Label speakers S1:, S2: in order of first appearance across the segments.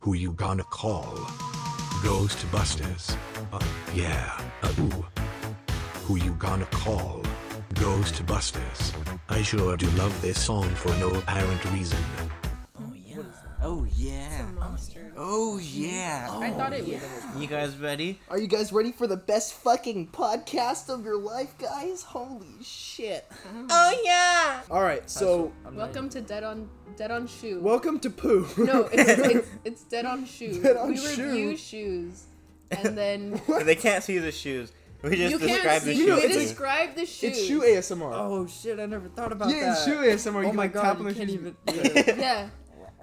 S1: Who you gonna call? Ghostbusters. Uh, yeah. Uh, ooh. Who you gonna call? Ghostbusters. I sure do love this song for no apparent reason.
S2: Oh yeah. Oh yeah.
S3: Monster.
S2: Oh yeah.
S3: I thought it was.
S2: You guys ready?
S4: Are you guys ready for the best fucking podcast of your life, guys? Holy shit.
S3: Oh yeah.
S4: All right, so
S2: I'm not-
S3: Welcome to Dead on Dead on Shoe.
S4: welcome to Poo.
S3: no, it's, it's it's Dead on Shoe.
S4: Dead on
S3: we
S4: Shoe.
S3: review shoes, and then
S2: They can't see the shoes. We just
S3: you can't
S2: described the
S3: see.
S2: shoes.
S3: We
S4: it's-
S3: describe the shoes.
S4: it's shoe ASMR.
S5: Oh shit! I never thought about
S4: yeah,
S5: that.
S4: it's shoe ASMR. you
S5: Oh
S4: can,
S5: my
S4: like,
S5: god!
S4: tap
S5: You
S4: on the
S5: can't
S4: shoes.
S5: even. Yeah,
S3: Yeah.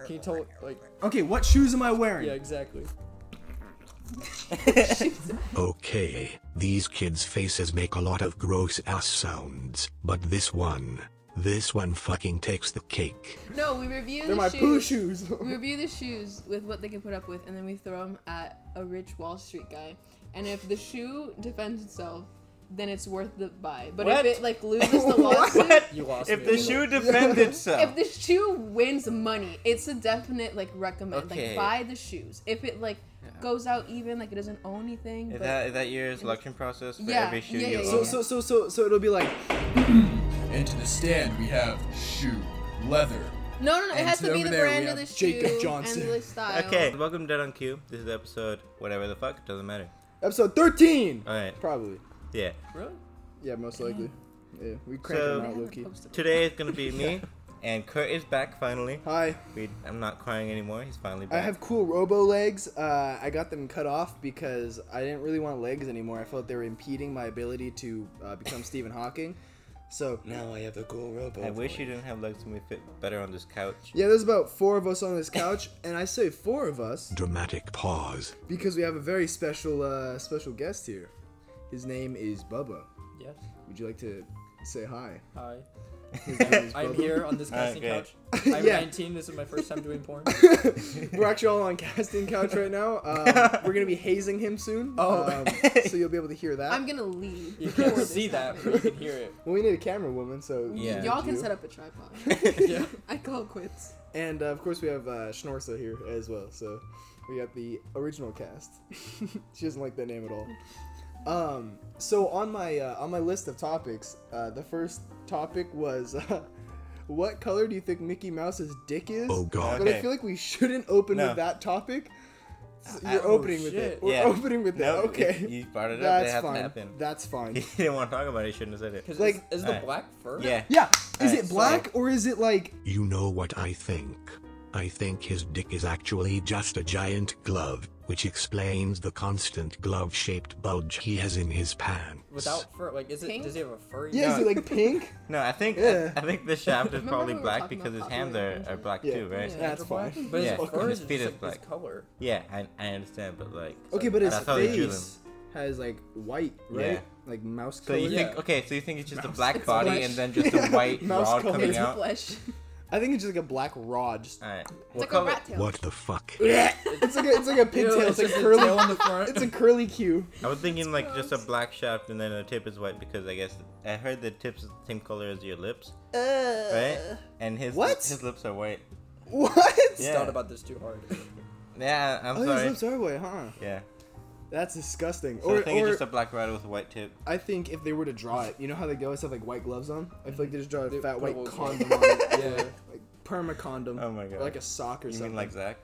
S5: can you tell? Like,
S6: Okay, what shoes am I wearing?
S5: yeah, exactly.
S1: Okay, these kids' faces make a lot of gross ass sounds, but this one, this one fucking takes the cake.
S3: No, we review
S4: They're
S3: the
S4: my
S3: shoes.
S4: poo shoes.
S3: We review the shoes with what they can put up with, and then we throw them at a rich Wall Street guy. And if the shoe defends itself, then it's worth the buy. But
S5: What?
S3: if it like loses the lawsuit,
S5: You lost
S2: If
S5: me.
S2: the shoe defends
S3: if
S2: itself.
S3: the shoe wins money, it's a definite like recommend.
S2: Okay.
S3: Like buy the shoes. If it like goes out even, like it doesn't own anything,
S2: Is
S3: but
S2: that, is that your selection process for
S3: Yeah,
S2: every shoe
S3: yeah,
S2: you
S3: yeah,
S2: own?
S4: so,
S3: yeah.
S4: so, so, so, so it'll be like,
S7: And to the stand, we have shoe, leather.
S3: no, no, no. It
S7: And
S3: has to
S7: over
S3: be the
S7: there we
S3: brand of the
S7: have
S3: shoe
S4: Jacob Johnson.
S3: and the style.
S2: Okay, welcome to Dead on Cue. This is episode whatever the fuck, doesn't matter.
S4: episode 13.
S2: Alright,
S4: Probably.
S2: yeah.
S5: Really?
S4: Yeah, most likely. Yeah, we cranked
S2: So-
S4: them out, Loki.
S2: Today is gonna be me, and Kurt is back finally.
S4: Hi.
S2: We, I'm not crying anymore, he's finally
S4: I
S2: back.
S4: have cool robo legs. Uh, I got them cut off because I didn't really want legs anymore. I felt they were impeding my ability to uh, become Stephen Hawking. So now I have the cool robo.
S2: I wish you didn't have legs and we fit better on this couch.
S4: Yeah, there's about four of us on this couch, and I say four of us
S1: Dramatic pause.
S4: because we have a very special uh, special guest here. His name is Bubba.
S5: Yes.
S4: Would you like to say hi?
S5: Hi.
S4: His name is
S5: I'm
S4: Bubba.
S5: here on this casting
S2: Okay.
S5: couch. I'm
S4: Yeah.
S5: 19. This is my first time doing porn.
S4: We're actually all on casting couch right now. Um, we're gonna be hazing him soon.
S5: Oh.
S4: um, so you'll be able to hear that.
S3: I'm gonna leave.
S5: You can't see that, but you can hear it.
S4: Well, we need a camera woman, so
S2: Yeah.
S3: Y'all
S4: you.
S3: can set up a tripod.
S5: Yeah.
S3: I call it quits.
S4: And uh, of course, we have uh, Schnorza here as well. So we got the original cast. she doesn't like that name at all. Um, so on my uh, on my list of topics, uh, the first topic was uh, what color do you think Mickey Mouse's dick is?
S1: Oh god.
S4: But I
S2: Okay.
S4: feel like we shouldn't open
S2: No.
S4: with that topic. So
S2: I-
S4: You're
S2: oh,
S4: opening with
S5: shit.
S4: it. We're
S2: Yeah.
S4: opening with that.
S2: Nope,
S4: Okay.
S2: You, you brought it up, it
S4: That's
S2: has to
S4: fine.
S2: happen.
S4: That's fine.
S2: you didn't want to talk about it, you shouldn't have said it.
S5: Cause
S4: Like-
S5: like, is, the
S2: Alright.
S5: black fur?
S2: Yeah.
S4: Yeah. Is
S2: Alright,
S4: it black or is it like?
S1: You know what I think? I think his dick is actually just a giant glove, which explains the constant glove shaped bulge he has in his pants.
S5: Without fur, like, is it?
S3: Pink?
S5: Does he have a furry?
S4: Yeah. Is it like pink?
S2: No, I think
S4: Yeah.
S2: I, I think the shaft is
S3: Remember
S2: probably
S3: we were
S2: black
S3: talking
S2: because his
S3: about
S2: hands
S3: popular
S2: are, are
S3: culture?
S2: black
S4: Yeah.
S2: too, right?
S3: Yeah.
S4: That's fine.
S5: But his
S2: Yeah.
S5: fur
S2: His
S5: is
S2: feet
S5: just like
S2: is
S5: this
S2: black.
S5: color.
S2: Yeah, I, I understand, but like.
S4: Okay, but his
S2: that's how they drew
S4: face has like white, right?
S2: Yeah.
S4: Like mouse
S2: So
S4: color.
S2: you
S5: yeah.
S2: think okay? So you think it's just a black body
S3: flesh.
S2: and then just a white
S4: Mouse
S2: rod
S4: colored.
S2: coming
S3: It's
S2: out?
S3: flesh. It's
S4: I think it's just like a black rod. Just,
S2: All right.
S3: like a rat tail.
S1: What the fuck?
S4: it's like a, it's like a pigtail. it's like
S5: just a
S4: curly.
S5: tail on the front.
S4: It's a curly Q.
S2: I was thinking like just a black shaft and then the tip is white because I guess I heard the tip's the same color as your lips, right? And his
S4: Uh, what?
S2: his lips are white.
S4: What?
S2: Yeah.
S5: Thought about this too hard.
S2: Yeah, I'm
S4: Oh, his
S2: sorry.
S4: lips are white, huh?
S2: Yeah.
S4: That's disgusting.
S2: So I
S4: or
S2: think
S4: or
S2: it's just a black rod with a white tip.
S4: I think if they were to draw it, you know how they always have like white gloves on. I feel like they just draw a
S5: They
S4: fat
S5: put
S4: white
S5: a little-
S4: condom on it,
S5: yeah.
S4: like perma condom.
S2: Oh my God.
S4: Or like a sock or
S2: You
S4: something.
S2: mean like Zach?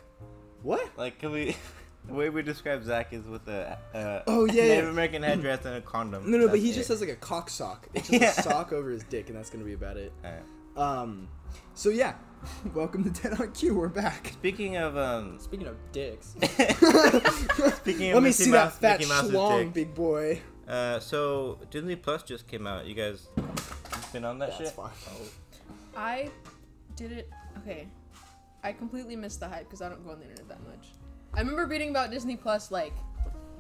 S4: what?
S2: Like can we? The way we describe Zach is with a uh,
S4: Oh, yeah,
S2: Native
S4: yeah.
S2: American headdress and a condom.
S4: No, no, but
S2: That's
S4: he
S2: it.
S4: just has like a cock sock. It's just
S2: Yeah.
S4: a sock over his dick, and that's gonna be about it.
S2: Alright.
S4: Um, so yeah, welcome to Dead on Q. We're back.
S2: Speaking of um,
S5: Speaking of dicks,
S2: speaking of
S4: Let me
S2: Mickey
S4: see
S2: Mouse,
S4: that fat
S2: Mickey Mouse's
S4: schlong,
S2: dick,
S4: big boy.
S2: Uh, so Disney Plus just came out. You guys been on that shit?
S4: That's fine.
S3: I did it. Okay. I completely missed the hype because I don't go on the internet that much. I remember reading about Disney Plus like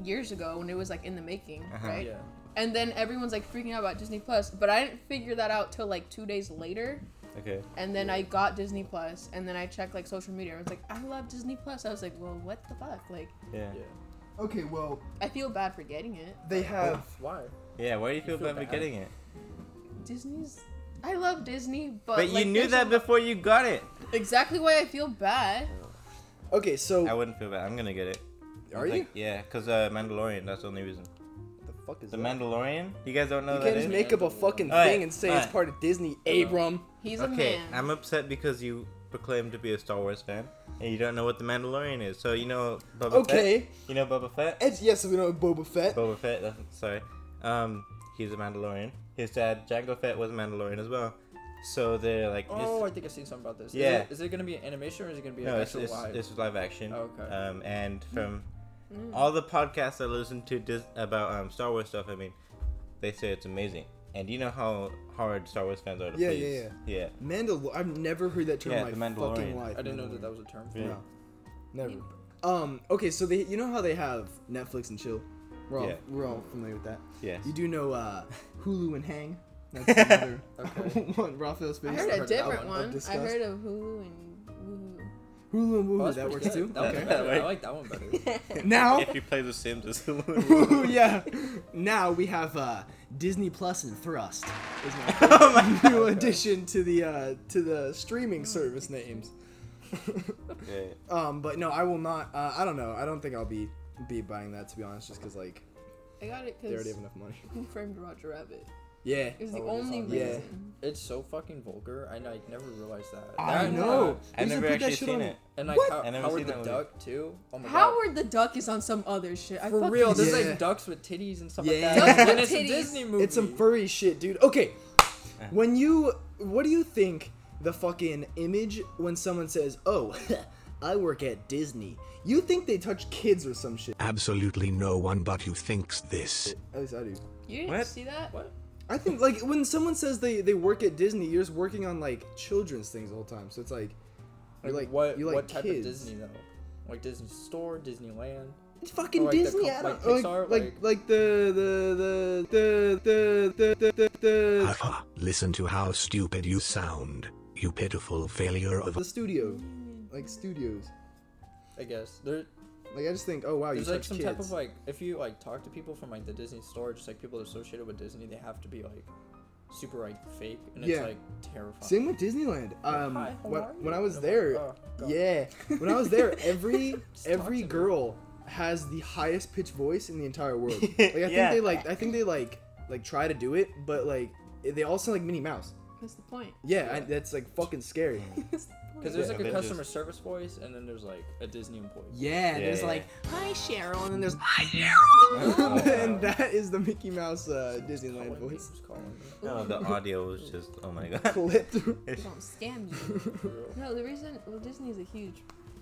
S3: years ago when it was like in the making, right?
S5: yeah.
S3: And then everyone's like freaking out about Disney Plus, but I didn't figure that out till like two days later.
S2: Okay.
S3: And then I got Disney Plus, and then I checked like social media. Everyone's like, I love Disney Plus. I was like, well, what the fuck? Like,
S2: Yeah.
S5: Yeah.
S4: Okay, well
S3: I feel bad for getting it.
S4: they have
S5: Why?
S2: Yeah. Why do you feel,
S5: feel
S2: bad for
S5: bad.
S2: getting it?
S3: Disney's. I love Disney, but
S2: But you
S3: like,
S2: knew
S3: there's
S2: that
S3: a-
S2: before you got it.
S3: exactly why I feel bad.
S4: Okay, so
S2: I wouldn't feel bad. I'm gonna get it.
S4: are
S2: Like,
S4: you?
S2: yeah, cause uh, Mandalorian. That's the only reason.
S4: What the fuck is
S2: The
S4: that?
S2: Mandalorian. You guys don't know
S4: You
S2: that
S4: can't just
S2: is?
S4: make up a fucking
S2: Alright,
S4: thing and say it's
S2: alright.
S4: part of Disney, Abram.
S3: He's a
S2: Okay,
S3: man.
S2: I'm upset because you proclaim to be a Star Wars fan and you don't know what the Mandalorian is. So you know Boba Fett.
S4: Okay.
S2: You know Boba Fett.
S4: Ed, yes, we know Boba Fett.
S2: Boba Fett. That's, sorry. Um, he's a Mandalorian. His dad Jango Fett was a Mandalorian as well. So they're like, it's-
S5: Oh, I think I've seen something about this.
S2: Yeah.
S5: Is it, is it gonna be an animation or is it gonna be
S2: no,
S5: an
S2: it's
S5: actual
S2: it's,
S5: live?
S2: it's live action.
S5: Okay.
S2: Um, and
S3: Hmm.
S2: from all the podcasts I listen to dis- about um Star Wars stuff, I mean, they say it's amazing. And you know how hard Star Wars fans are to
S4: Yeah, yeah,
S2: please. yeah, yeah.
S4: Mandalor. I've never heard that term
S2: Yeah,
S4: in
S2: the
S4: my
S2: Mandalorian.
S4: fucking life.
S5: I didn't know that
S4: Mandalorian.
S5: that was a term.
S2: Yeah.
S4: No, never. Um. Okay, so they, you know how they have Netflix and chill. We're all
S2: Yeah.
S4: we're all familiar with that.
S2: Yes.
S4: You do know uh, Hulu and Hang. That's another
S5: Okay.
S4: one. Raphael
S3: I
S4: Space.
S3: heard a different
S4: Of
S3: one. I
S4: disgust.
S3: heard of Hulu and
S4: Hulu and Woohoo.
S5: Oh, that's
S4: that
S5: pretty
S4: works
S5: good.
S4: too.
S5: That
S2: Okay.
S5: one's better.
S2: Right.
S5: I like that one better.
S3: Woohoo.
S4: Now.
S2: If you play The Sims, it's
S4: Ooh, yeah. Now we have uh, Disney Plus and Thrust. Is my
S3: Oh
S2: my
S4: new addition to the uh, to the streaming service names.
S2: Yeah.
S4: um, but no, I will not. Uh, I don't know. I don't think I'll be be buying that to be honest, just because like
S3: I got it
S4: they already
S3: because
S4: have enough money.
S3: Who Framed Roger Rabbit?
S4: Yeah.
S3: It was the
S5: Oh, it is
S3: only
S5: on
S4: there. Yeah.
S3: reason.
S5: It's so fucking vulgar. I, I never realized that.
S4: I
S5: That,
S4: know.
S5: uh,
S2: I've
S4: They just
S2: never
S4: put that
S2: actually
S4: shit
S2: seen
S4: on-
S2: it.
S5: and like how,
S2: I never
S5: Howard
S2: seen
S5: the
S2: that movie.
S5: Duck too. Oh my god.
S3: Howard the Duck is on some other shit. I
S5: For
S3: fucking
S5: real,
S3: hate
S5: there's
S4: Yeah.
S5: like ducks with titties and stuff
S4: Yeah.
S5: like that.
S3: Ducks
S5: and
S3: with
S5: it's a
S3: titties.
S5: Disney movie.
S4: It's some furry shit, dude. Okay.
S5: Eh.
S4: When you what do you think the fucking image when someone says, "Oh, I work at Disney." You think they touch kids or some shit.
S1: Absolutely no one but you thinks this.
S4: At least I do.
S3: You didn't
S2: What?
S3: see that?
S5: What?
S4: I think like when someone says they they work at Disney, you're just working on like children's things the whole time. So it's like you're like
S5: what?
S4: you like
S5: what type
S4: kids.
S5: of Disney though? Like Disney Store, Disneyland.
S4: It's fucking
S5: Or, like, the
S4: Disney.
S5: com-
S4: I don't
S5: like
S4: like
S5: Pixar,
S4: like,
S5: like-
S4: like the the the the the the the,
S1: Haha, listen to how stupid you sound, you pitiful failure of
S4: the studio, like studios.
S5: I guess there,
S4: Like I just think, oh wow, you
S5: there's like
S4: touch
S5: some
S4: kids.
S5: type of like if you like talk to people from like the Disney Store, just like people associated with Disney, they have to be like super like fake, and it's
S4: Yeah.
S5: like terrifying.
S4: Same with Disneyland. Um,
S5: Hi, how
S4: when,
S5: are you?
S4: when I was
S5: And I'm
S4: there,
S5: like, "Oh, God."
S4: yeah, when I was there, every
S5: Just talk
S4: every
S5: to me.
S4: girl has the highest pitched voice in the entire world. Like I
S2: Yeah.
S4: think they like I think they like like try to do it, but like they all sound like Minnie Mouse.
S3: That's the point.
S4: Yeah, I, that's like fucking scary.
S3: That's the point.
S5: Because there's
S2: Yeah,
S5: like a
S2: they
S5: customer
S2: just-
S5: service voice, and then there's like a Disney employee.
S4: Yeah,
S2: Yeah,
S4: there's
S2: yeah.
S4: like hi Cheryl, and then there's hi
S2: Oh,
S4: Cheryl,
S2: wow.
S4: and that is the Mickey Mouse uh,
S5: Calling
S4: Disneyland
S5: me,
S4: voice
S5: who's calling me?
S2: No, the audio was just oh my god.
S4: clipped.
S3: Don't scam you. no, the reason well Disney's a huge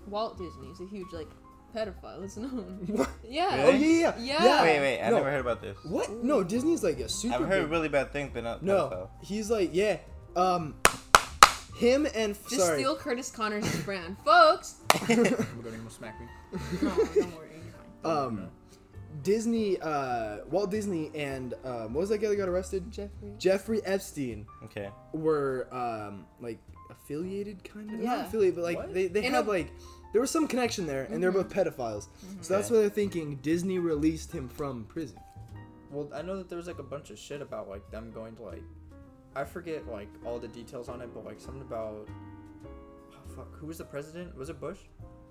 S3: Walt Disney is a huge like pedophile. It's known.
S4: What?
S3: Yeah.
S4: Oh yeah, yeah,
S3: Yeah.
S2: Wait, wait, I
S4: No.
S2: never heard about this.
S4: What? No, Disney's like a super.
S2: I've heard
S4: big-
S2: really bad things, but not
S4: No,
S2: pedophile.
S4: he's like yeah. Um, him and
S3: Just
S4: sorry.
S3: steal Curtis Connors' brand, folks.
S5: I'm gonna go smack me.
S3: No, don't worry. You're fine.
S4: um, Disney, uh, Walt Disney, and um, what was that guy that got arrested?
S3: Jeffrey.
S4: Jeffrey Epstein
S2: Okay.
S4: were um like affiliated, kind of
S3: Yeah.
S4: not affiliated, but like
S5: What?
S4: they they
S3: In
S4: had
S3: a- Mm-hmm.
S4: like there was some connection there, and they're both pedophiles. So that's
S2: Okay.
S4: why they're thinking Disney released him from prison.
S5: Well, I know that there was like a bunch of shit about like them going to like, I forget like all the details on it, but like something about, oh, fuck, who was the president? Was it Bush?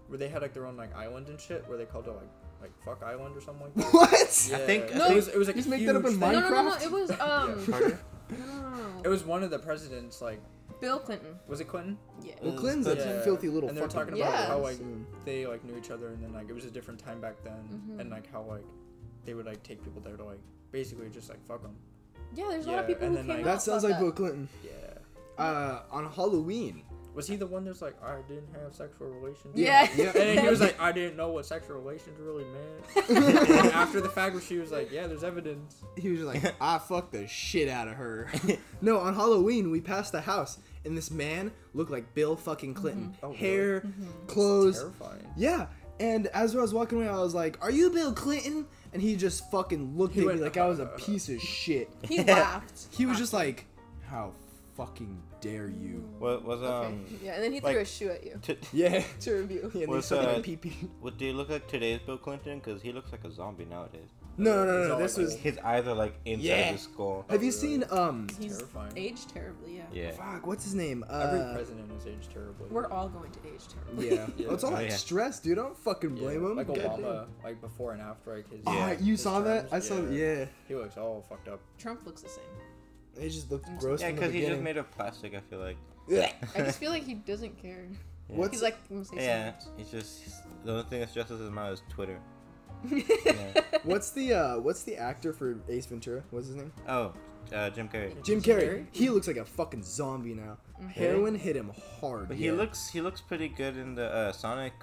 S5: Where they had like their own like island and shit, where they called it like like fuck island or something like that.
S4: What?
S5: Yeah. Mm.
S2: think- I
S5: it
S3: think-
S5: was it was like
S4: Just
S5: a
S4: make that up
S5: huge
S4: in
S5: thing.
S3: No, no, no, no.
S4: Minecraft?
S3: It was um. no,
S2: Carter?
S3: no, no,
S5: It
S3: no.
S5: was one of the presidents like
S3: Bill Clinton.
S5: was it Clinton?
S3: Yeah.
S4: Well, Clinton's a
S5: Yeah.
S4: filthy little.
S5: And they were
S4: fucking
S5: talking about
S3: Yeah.
S5: how like
S4: soon.
S5: they like knew each other, and then like it was a different time back then, and like how like they would like take people there to like basically just like fuck them.
S3: Yeah, there's a lot of
S5: Yeah,
S3: people who
S5: and then,
S3: came
S5: like-
S3: out
S4: That sounds like
S3: about that.
S4: Bill Clinton.
S5: Yeah.
S4: Uh, on Halloween.
S5: Was he the one that's like, I didn't have sexual relations?
S3: Yeah.
S4: Yeah.
S5: And then he was like, I didn't know what sexual relations really meant. And then after the fact, where she was like, Yeah, there's evidence.
S4: He was just like, I fucked the shit out of her. no, on Halloween we passed the house, and this man looked like Bill fucking Clinton.
S5: Oh, really?
S4: Hair, clothes.
S5: Terrifying.
S4: Yeah. And as I was walking away, I was like, "Are you Bill Clinton?" And he just fucking looked
S5: He
S4: at
S5: went,
S4: me like I was a piece of shit.
S3: He laughed.
S4: He was just like, "How
S7: fucking dare you?
S2: What was
S3: Okay.
S2: um?
S3: yeah, and then he
S2: like-
S3: threw a shoe at you
S2: T-
S4: Yeah.
S3: to review.
S4: Yeah, and they
S2: What's,
S4: suck it
S2: uh,
S4: on PP.
S2: what do you look like today's Bill Clinton? Because he looks like a zombie nowadays.
S4: No, no, no,
S5: It's
S4: no.
S5: all
S4: This
S5: like
S4: was.
S2: His eyes are like inside
S4: Yeah.
S2: the skull.
S4: Have you seen um?
S3: He's
S5: Terrifying.
S3: aged terribly. Yeah.
S2: Yeah.
S4: Fuck, what's his name?
S5: Every
S4: Uh,
S5: president is aged terribly.
S3: We're all going to age terribly.
S4: yeah.
S5: Yeah.
S4: Oh, it's all
S2: Oh,
S4: like
S2: yeah.
S4: stress, dude. I don't fucking
S5: Yeah,
S4: blame him.
S5: Like
S4: Goddamn.
S5: Obama, like before and after, like his.
S4: Ah,
S2: Yeah.
S4: you
S5: his
S4: saw that?
S5: terms,
S4: I saw. Yeah.
S5: He looks all fucked up.
S3: Trump looks the same.
S4: It just looked gross.
S2: Yeah,
S4: from the
S2: because he's just
S4: beginning.
S2: made of plastic. I feel like.
S3: I just feel like he doesn't care.
S4: What's
S3: He's like, I'm gonna say
S2: Yeah,
S3: something.
S2: it's just the only thing that stresses him out is Twitter. Yeah.
S4: what's the uh what's the actor for Ace Ventura? What's his name?
S2: Oh, uh, Jim Carrey.
S4: Jim
S5: Jim
S4: Carrey. He looks like a fucking zombie now. Heroin hit him hard.
S2: But
S4: yeah.
S2: he looks he looks pretty good in the uh, Sonic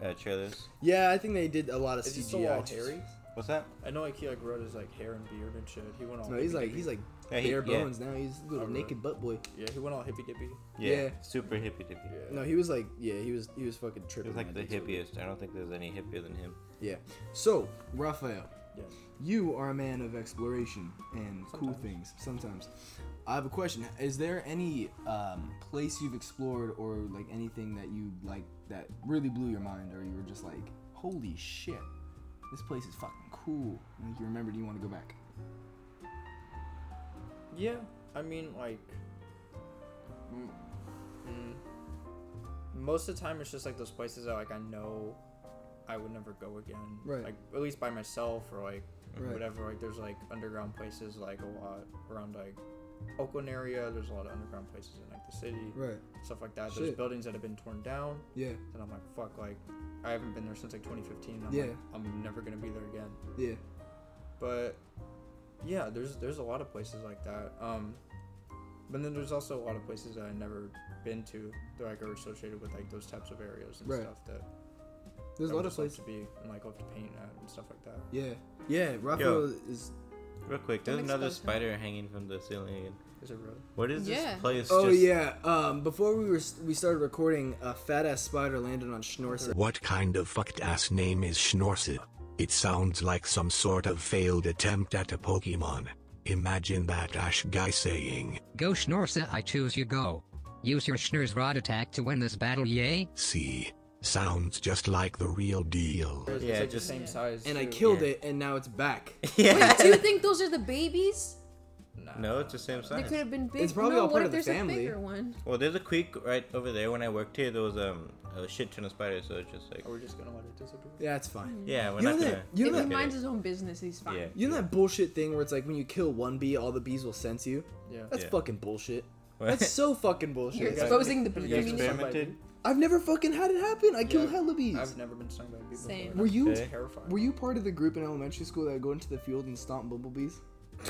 S2: uh, trailers.
S4: Yeah, I think they did a lot of
S5: Is he still all
S4: CGI.
S5: hairy?
S2: What's that?
S5: I know, like he like rode his like hair and beard and shit. He went all.
S4: No, he's like
S5: hippy-dippy.
S4: he's like
S2: Yeah, he-
S4: bare
S2: yeah.
S4: bones now. He's a little
S5: Oh, really?
S4: naked butt boy.
S5: Yeah, he went all hippy dippy.
S4: Yeah.
S2: super hippie dippy.
S5: Yeah.
S4: No, he was like yeah, he was he was fucking
S2: He
S4: tripping.
S2: was like
S4: that
S2: the
S4: dude's over.
S2: hippiest. I don't think there's any hippier than him.
S4: Yeah. So Raphael,
S5: Yeah.
S4: you are a man of exploration and cool
S5: Sometimes.
S4: things. Sometimes. I have a question. Is there any um, place you've explored or like anything that you like that really blew your mind, or you were just like, holy shit, this place is fucking cool. And, Like you remembered you want to go back.
S5: Yeah. I mean, like. Mm, mm, most of the time, it's just like those places that like I know, I would never go again.
S4: Right.
S5: Like at least by myself or like
S4: Right.
S5: whatever. Like there's like underground places like a lot around like Oakland area. There's a lot of underground places in like the city.
S4: Right.
S5: Stuff like that. There's
S4: Shit.
S5: buildings that have been torn down.
S4: Yeah.
S5: And I'm like, fuck, like, I haven't been there since like 2015. I'm
S4: Yeah.
S5: like, I'm never gonna be there again.
S4: Yeah.
S5: But yeah, there's there's a lot of places like that. Um, but then there's also a lot of places that I've never been to that like are associated with like those types of areas and
S4: Right.
S5: stuff that
S4: There's
S5: I
S4: a lot
S5: would
S4: of
S5: just love
S4: places.
S5: to be and like love to paint at and stuff like that.
S4: Yeah. Yeah. Raphael is.
S2: Real quick,
S3: Don't
S2: there's another
S3: expose him.
S2: spider hanging from the ceiling. Again.
S5: Is it really?
S2: What is
S3: Yeah.
S2: this place?
S4: Oh
S2: just-
S4: yeah. Um, before we were we started recording, a fat ass spider landed on Schnorsa.
S1: What kind of fucked ass name is Schnorsa? It sounds like some sort of failed attempt at a Pokemon. Imagine that Ash guy saying,
S6: Go Schnorza, I choose you go. Use your Schnorz Rod attack to win this battle, yay?
S1: see, sounds just like the real deal.
S5: It's
S2: Yeah,
S5: like
S2: just-
S5: the same size.
S4: And I
S5: too.
S4: killed it, and now it's back.
S2: yeah.
S3: Do you think those are the babies?
S5: Nah.
S2: No, it's the same
S3: They
S2: size.
S3: could have been big.
S4: It's probably
S3: no,
S4: all
S3: what
S4: part
S3: if
S4: of the
S3: there's
S4: family.
S3: a bigger one?
S2: Well, there's a creek right over there. When I worked here, there was um a shit ton of spiders. So it's just like
S4: Oh,
S5: Are we just gonna let it disappear?
S4: yeah, it's fine.
S2: yeah, we're
S4: You know
S2: not
S4: that-
S2: gonna.
S4: you
S3: If
S4: know
S3: he
S4: that-
S3: minds his own business, he's fine.
S2: Yeah.
S4: You know that bullshit thing where it's like when you kill one bee, all the bees will sense you?
S5: Yeah.
S4: That's
S2: Yeah.
S4: fucking bullshit.
S2: What?
S4: That's so fucking
S3: You're
S4: bullshit.
S5: guys-
S3: exposing the
S5: you
S3: baby.
S5: guys
S3: Yeah.
S5: experiment-
S2: experimented.
S4: I've never fucking had it happen. I killed
S5: Yeah,
S4: hella bees.
S5: I've never been stung by a bee before.
S3: Same.
S4: Were you
S2: Okay.
S5: Terrifying.
S4: were you part of the group in elementary school that would go into the field and stomp bumblebees?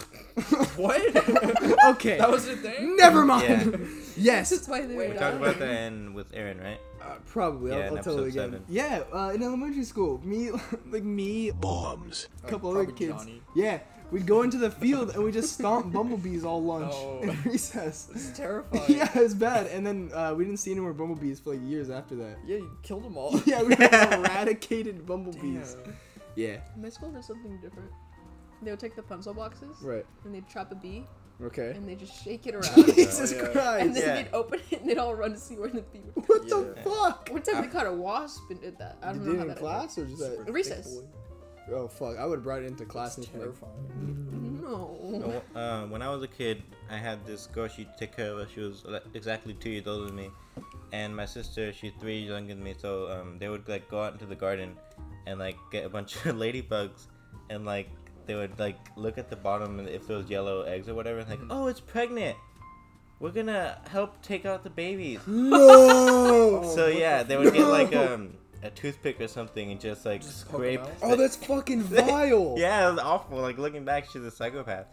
S5: What?
S4: Okay.
S5: that was the thing.
S4: never mind.
S3: That's
S4: yes,
S3: why uh, they
S5: Wait,
S3: were
S2: We talked
S3: done.
S2: about that in, with Aaron, right?
S4: uh, probably.
S2: Yeah,
S4: I'll,
S2: in
S4: I'll tell it
S2: episode
S4: again.
S2: seven.
S4: Yeah, uh, in elementary school, me like me,
S1: Bombs.
S4: a couple other
S5: probably
S4: kids.
S5: Johnny.
S4: Yeah, we'd go into the field and we just stomp bumblebees all lunch
S5: No.
S4: and recess.
S5: It's Oh. terrifying.
S4: yeah, it's bad. And then uh, we didn't see any more bumblebees for like years after that.
S5: Yeah, you killed them all.
S4: Yeah, we eradicated
S5: Damn.
S4: bumblebees. Yeah.
S3: My school does something different. They would take the pencil boxes
S4: Right.
S3: and they'd trap a bee
S4: Okay.
S3: and they just shake it around.
S4: Jesus
S5: Yeah.
S3: and
S4: Christ.
S3: then
S2: Yeah.
S3: they'd open it and they'd all run to see where the bee would
S4: What the
S5: Yeah.
S4: fuck?
S3: One time they caught a wasp and did that. I don't
S4: Did
S3: know
S4: you
S3: how
S4: do it in
S3: that
S4: class or just
S5: Super
S4: that?
S5: thick
S3: recess.
S5: boy.
S4: Oh fuck! I would have brought it into class
S5: It's
S4: and been like,
S5: terrifying.
S3: happened. No.
S2: No, uh, when I was a kid, I had this girl. She took care of us. She was like, exactly two years older than me, and my sister. She's three years younger than me. So um, they would like go out into the garden, and like get a bunch of ladybugs, and like they would like look at the bottom and if there was yellow eggs or whatever, and like,
S4: Mm-hmm.
S2: oh, it's pregnant. We're gonna help take out the babies.
S4: no.
S2: so yeah, they would get like um, a toothpick or something and just like
S5: Just poke 'em
S2: scrape.
S5: out?
S4: oh, that's fucking vile.
S2: yeah, it was awful. Like looking back, she's a psychopath.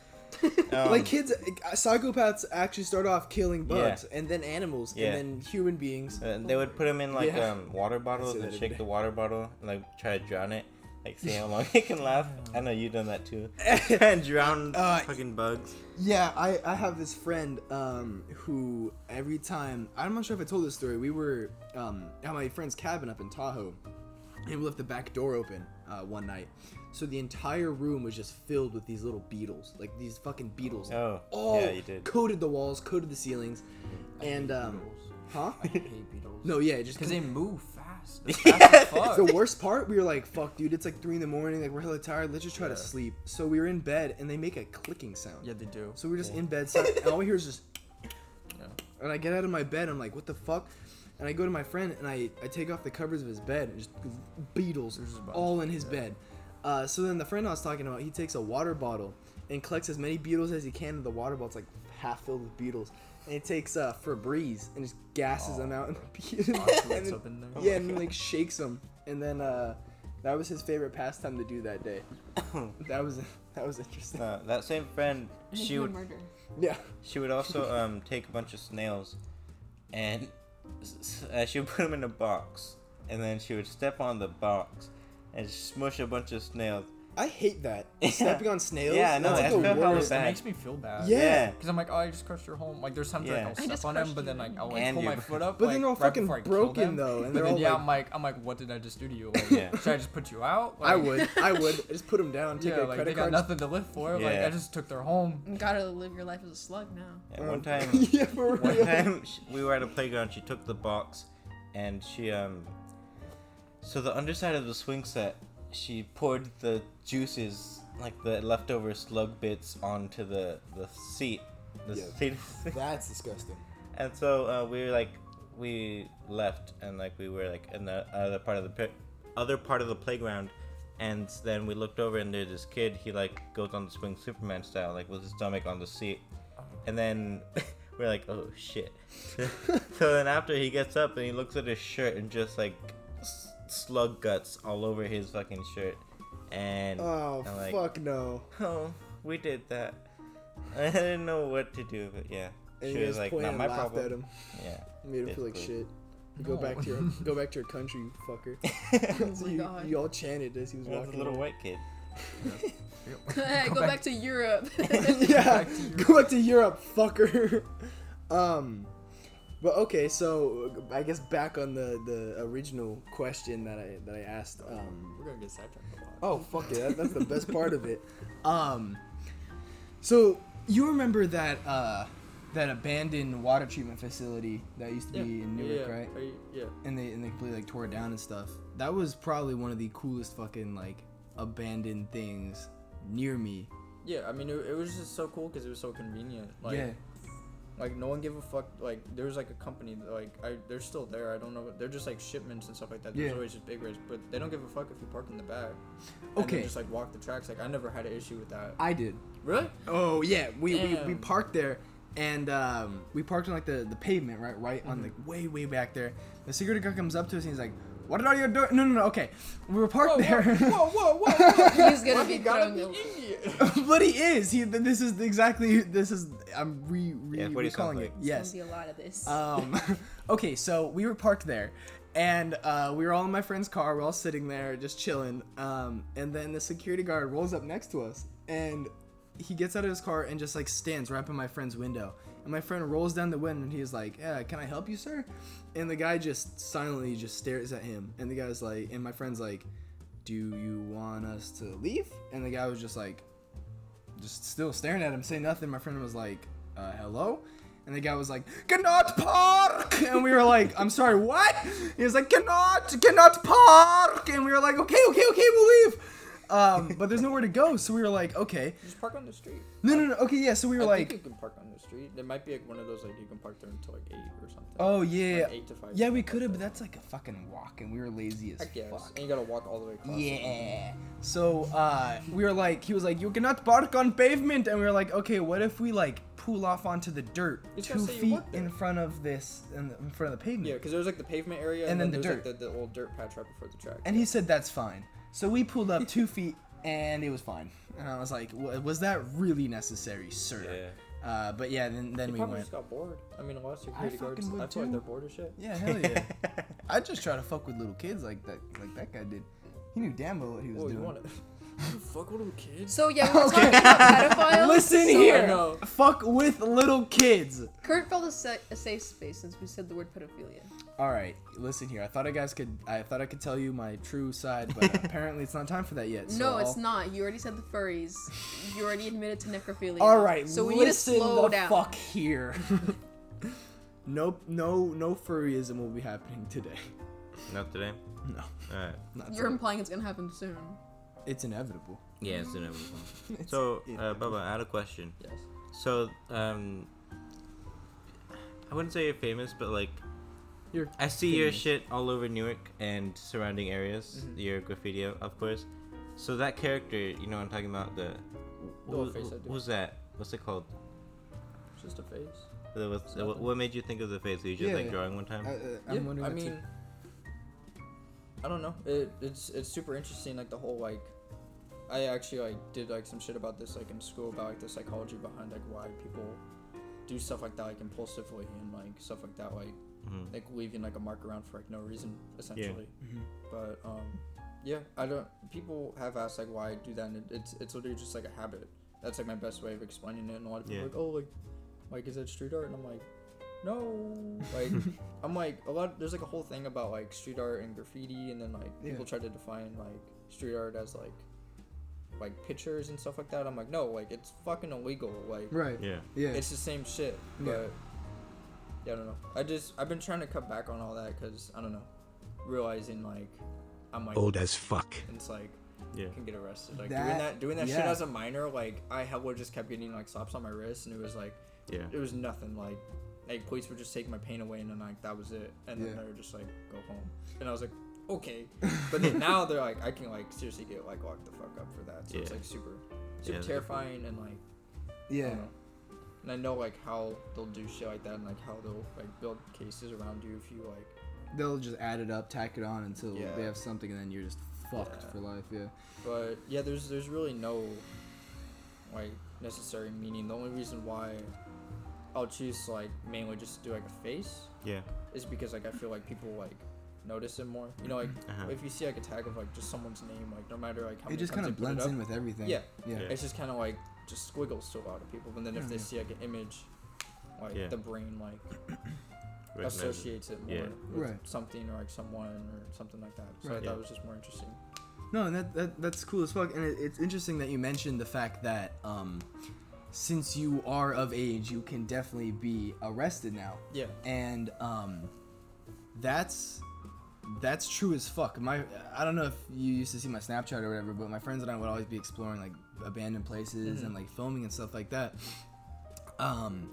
S2: Um,
S4: Like kids, uh, psychopaths actually start off killing bugs and then animals
S2: Yeah.
S4: and then human beings.
S2: And Uh, they would put them in like
S4: Yeah.
S2: um, water bottles
S4: say
S2: and
S4: that
S2: shake
S4: every
S2: the water bottle and like try to drown it, like see how long it can last. I know you've done that too. and drown
S4: Uh,
S2: fucking bugs.
S4: Yeah, I, I have this friend um, who every time I'm not sure if I told this story. We were um, at my friend's cabin up in Tahoe, and we left the back door open uh, one night. So the entire room was just filled with these little beetles, like these fucking beetles.
S2: Oh,
S4: all
S2: yeah, you did.
S4: coated the walls, coated the ceilings, and um, huh?
S5: hate beetles.
S4: no, yeah, just
S5: Because they move fast. They're fast as fuck.
S4: the worst part, we were like, fuck, dude, it's like three in the morning. Like, we're hella tired. Let's just try to sleep. So we were in bed and they make a clicking sound.
S5: yeah, they do.
S4: So we're just in bed. So, and all we hear is just. And I get out of my bed. I'm like, what the fuck? And I go to my friend and I, I take off the covers of his bed and just beetles
S5: a bunch,
S4: all in his bed. Uh, so then the friend I was talking about, he takes a water bottle and collects as many beetles as he can. And the water bottle's like half filled with beetles. And he takes uh, Febreze and just gasses them out in the beetles.
S5: Lots
S4: and then-
S5: up in there.
S4: yeah, and like shakes him, and then uh, that was his favorite pastime to do that day. that was that was interesting.
S2: Uh, that same friend, she would
S3: murder.
S4: Yeah,
S2: she would also um take a bunch of snails, and s- s- uh, she would put them in a box, and then she would step on the box, and smush a bunch of snails.
S4: I hate that
S2: Yeah.
S4: stepping on snails.
S2: Yeah, I know,
S4: that's like
S2: I
S4: the
S2: felt how it was
S4: worst.
S5: That
S2: bad.
S5: makes me feel bad.
S4: Yeah.
S5: Because I'm like, oh, I just crushed your home. Like, there's times
S2: Yeah.
S5: like
S2: I
S5: I'll
S3: just
S5: step on them,
S3: crushed
S5: but then
S3: you.
S5: like I'll like
S2: And
S5: pull
S2: you.
S5: my foot up.
S4: But
S5: like,
S4: they're all
S5: right
S4: fucking
S5: before I kill
S4: broken,
S5: them.
S4: though, and
S5: But
S4: they're
S5: then,
S4: all,
S5: yeah,
S4: like-
S5: I'm like, I'm like, what did I just do to you? Like,
S2: Yeah.
S5: Should I just put you out?
S4: I
S5: Like,
S4: would, I would just put them down, take
S5: Yeah,
S4: their
S5: like they
S4: credit
S5: got
S4: card.
S5: nothing to live for. Like
S2: Yeah.
S5: I just took their home.
S3: You gotta live your life as a slug now.
S2: At one time,
S4: yeah, for
S2: one
S4: real.
S2: time sh- we were at a playground. She took the box, and she um. So the underside of the swing set, she poured the juices, like the leftover slug bits, onto the the seat. The
S4: Yeah.
S2: seat.
S4: That's disgusting.
S2: And so uh, we were like, we left, and like we were like in the other part of the pit, other part of the playground, and then we looked over, and there's this kid. He like goes on the swing Superman style, like with his stomach on the seat, and then we're like, oh shit. so then after he gets up and he looks at his shirt and just like s- slug guts all over his fucking shirt, and
S4: Oh
S2: I'm like,
S4: fuck no!
S2: oh, we did that. I didn't know what to do, but yeah.
S4: And
S2: she
S4: he
S2: was
S4: just
S2: like,
S4: pointed
S2: not
S4: and
S2: my
S4: laughed
S2: problem.
S4: at him,
S2: Yeah.
S4: made him feel like
S2: Basically.
S4: shit. Go
S5: No.
S4: back to your, go back to your country, you fucker. so
S5: Oh
S3: my
S4: you,
S3: God.
S4: you all chanted as he was
S2: It was a
S4: walking.
S2: little white kid.
S3: Hey, go back to Europe.
S4: yeah,
S5: back to
S4: go back to Europe, fucker. um, but okay, so I guess back on the the original question that I that I asked. Um,
S5: We're gonna get sidetracked a lot.
S4: oh fuck it, that, that's the best part of it. Um, so you remember that uh that abandoned water treatment facility that used to be in Newark, right?
S5: Are you- yeah.
S4: and they and they completely like tore it down and stuff. That was probably one of the coolest fucking like abandoned things near me.
S5: Yeah, I mean, it, it was just so cool because it was so convenient. Like,
S4: yeah.
S5: like no one gave a fuck. Like, there was like a company. that, Like, I they're still there. I don't know. They're just like shipments and stuff like that. There's
S4: Yeah.
S5: always just big rigs, but they don't give a fuck if you park in the back. And
S4: Okay.
S5: then just like walk the tracks. Like, I never had an issue with that.
S4: I did.
S5: Really?
S4: Oh yeah, we, we, we
S5: Damn.
S4: parked there, and um, we parked on like the, the pavement, right, right on like way way back there. The security guard comes up to us and he's like, "What are you doing?" No no no. Okay, we were parked there.
S2: Oh,
S5: Whoa, whoa, whoa! whoa.
S3: He's gonna be thrown over.
S4: but he is. He this is exactly this is. I'm re, re
S2: Yeah, what he sounds
S4: recalling it.
S2: like.
S3: There's
S4: Yes.
S3: gonna be a lot of this.
S4: Um, okay, so we were parked there, and uh, we were all in my friend's car. We're all sitting there, just chilling. Um, and then the security guard rolls up next to us, and he gets out of his car and just like stands right up in my friend's window. And my friend rolls down the window, and he's like, "Yeah, can I help you, sir?" And the guy just silently just stares at him. And the guy's like, and my friend's like, "Do you want us to leave?" And the guy was just like, just still staring at him, saying nothing. My friend was like, uh, hello? And the guy was like, cannot park! And we were like, I'm sorry, what? He was like, cannot, cannot park! And we were like, okay, okay, okay, we'll leave! Um, but there's nowhere to go, so we were like, okay.
S5: Just park on the street.
S4: No, no, no, okay, yeah, so we were
S5: I
S4: like,
S5: think you can park on the street. There might be like one of those like you can park there until like eight or something.
S4: oh, yeah.
S5: Like, eight to five.
S4: Yeah, we could have, but that's like a fucking walk, and we were lazy as
S5: I guess.
S4: fuck.
S5: And you gotta walk all the way across.
S4: Yeah. So uh, we were like, he was like, you cannot park on pavement, and we were like, okay, what if we like pull off onto the dirt,
S5: It's
S4: two
S5: gonna say you
S4: feet
S5: walked there.
S4: in front of this, in, the, in front of the pavement?
S5: Yeah, because there was like the pavement area
S4: And
S5: and,
S4: then
S5: then,
S4: the
S5: there was
S4: dirt.
S5: like the, the old dirt patch right before the track.
S4: And he said that's fine. So we pulled up two feet, and it was fine. And I was like, "Wa- was that really necessary, sir? Uh, but yeah, then then
S5: He
S4: we
S5: probably
S4: went.
S5: just got bored. I mean, a lot of security guards.
S4: fucking would
S5: I feel like
S4: too.
S5: they're bored as shit.
S4: Yeah, hell yeah. I just try to fuck with little kids like that, like that guy did. He knew damn well what he was
S5: Whoa, you
S4: doing.
S5: want to fuck little kids?
S3: so yeah, we were talking about pedophiles.
S4: Listen
S3: so uh,
S4: here,
S5: know.
S4: fuck with little kids.
S3: Kurt felt a, sa- a safe space since we said the word pedophilia.
S4: All right, listen here. I thought I guys could. I thought I could tell you my true side, but apparently it's not time for that yet. So
S3: no,
S4: I'll-
S3: it's not. You already said the furries. You already admitted to necrophilia.
S4: All right,
S3: so we need to
S4: listen
S3: slow
S4: the
S3: down.
S4: fuck here. no, no, no furryism will be happening today.
S2: Not today.
S4: No,
S2: All right.
S4: not
S3: You're
S4: today.
S3: implying it's gonna happen soon.
S4: It's inevitable.
S2: Yeah, it's inevitable. so, uh, Bubba, I had a question.
S5: Yes.
S2: So, um, I wouldn't say you're famous, but like,
S4: You're
S2: I see your
S4: famous.
S2: shit all over Newark and surrounding areas. Your graffiti, of course. So that character, you know, what I'm talking about the.
S5: The
S2: who-
S5: what face I do.
S2: who's that? What's it called?
S5: It's just a face.
S2: The- what's- what, what made you think of the face? Were you just
S4: Yeah,
S2: like
S4: yeah.
S2: drawing one time?
S4: I, uh, I'm
S5: Um, Yeah,
S4: wondering.
S5: I
S4: what to-
S5: mean, I don't know. It, it's it's super interesting. Like the whole like, I actually like did like some shit about this like in school about like the psychology behind like why people do stuff like that like impulsively and like stuff like that like
S2: Mhm.
S5: like leaving like a mark around for like no reason essentially. But um, yeah, I don't. People have asked like why I do that, and it, it's it's literally just like a habit. That's like my best way of explaining it. And a lot of people
S2: Yeah.
S5: are like, oh, like, like is that street art? And I'm like, no. Like, I'm like a lot. There's like a whole thing about like street art and graffiti, and then like people
S4: Yeah.
S5: try to define like street art as like like pictures and stuff like that. I'm like, no, like it's fucking illegal. Like,
S4: right?
S2: Yeah.
S4: Yeah.
S5: it's the same shit. But
S4: Yeah.
S5: yeah. I don't know. I just I've been trying to cut back on all that because I don't know, realizing like I'm like
S1: Old as fuck.
S5: and it's like
S2: Yeah.
S5: I can get arrested. Like
S4: That-
S5: doing that doing that shit
S4: yeah.
S5: as a minor, like I hella just kept getting like slaps on my wrist and it was like
S2: Yeah.
S5: it was nothing. Like like police would just take my pain away and then like that was it. And then
S4: Yeah.
S5: they were just like go home. And I was like, Okay. But then now they're like I can like seriously get like locked the fuck up for that. So it's
S2: Yeah.
S5: like super super
S2: Yeah, that's
S5: terrifying and like I
S4: yeah.
S5: don't know. And I know like how they'll do shit like that and like how they'll like build cases around you if you like
S4: They'll just add it up, tack it on until
S5: Yeah.
S4: they have something, and then you're just fucked
S5: Yeah.
S4: for life. Yeah.
S5: But yeah, there's there's really no like necessary meaning. The only reason why I'll choose to, like mainly just do like a face
S2: Yeah.
S5: is because like I feel like people like notice it more. You know, like
S2: Uh-huh.
S5: if you see like a tag of like just someone's name, like no matter like how many
S4: It just
S5: times
S4: kind of
S5: they put it
S4: blends
S5: up,
S4: in with everything.
S5: Yeah.
S4: Yeah.
S2: Yeah.
S5: It's just kind of like just squiggles to a lot of people. But then if they see like an image, like
S2: Yeah.
S5: the brain like
S2: Recognizes-
S5: associates it more
S2: Yeah.
S5: with
S4: Right.
S5: something or like someone or something like that. So I
S4: Right.
S5: thought
S2: Yeah.
S5: it was just more interesting.
S4: No, and that, that that's cool as fuck. And it, it's interesting that you mentioned the fact that um, since you are of age, you can definitely be arrested now.
S5: Yeah.
S4: And um, that's that's true as fuck. My I don't know if you used to see my Snapchat or whatever, but my friends and I would always be exploring like abandoned places and like filming and stuff like that. Um,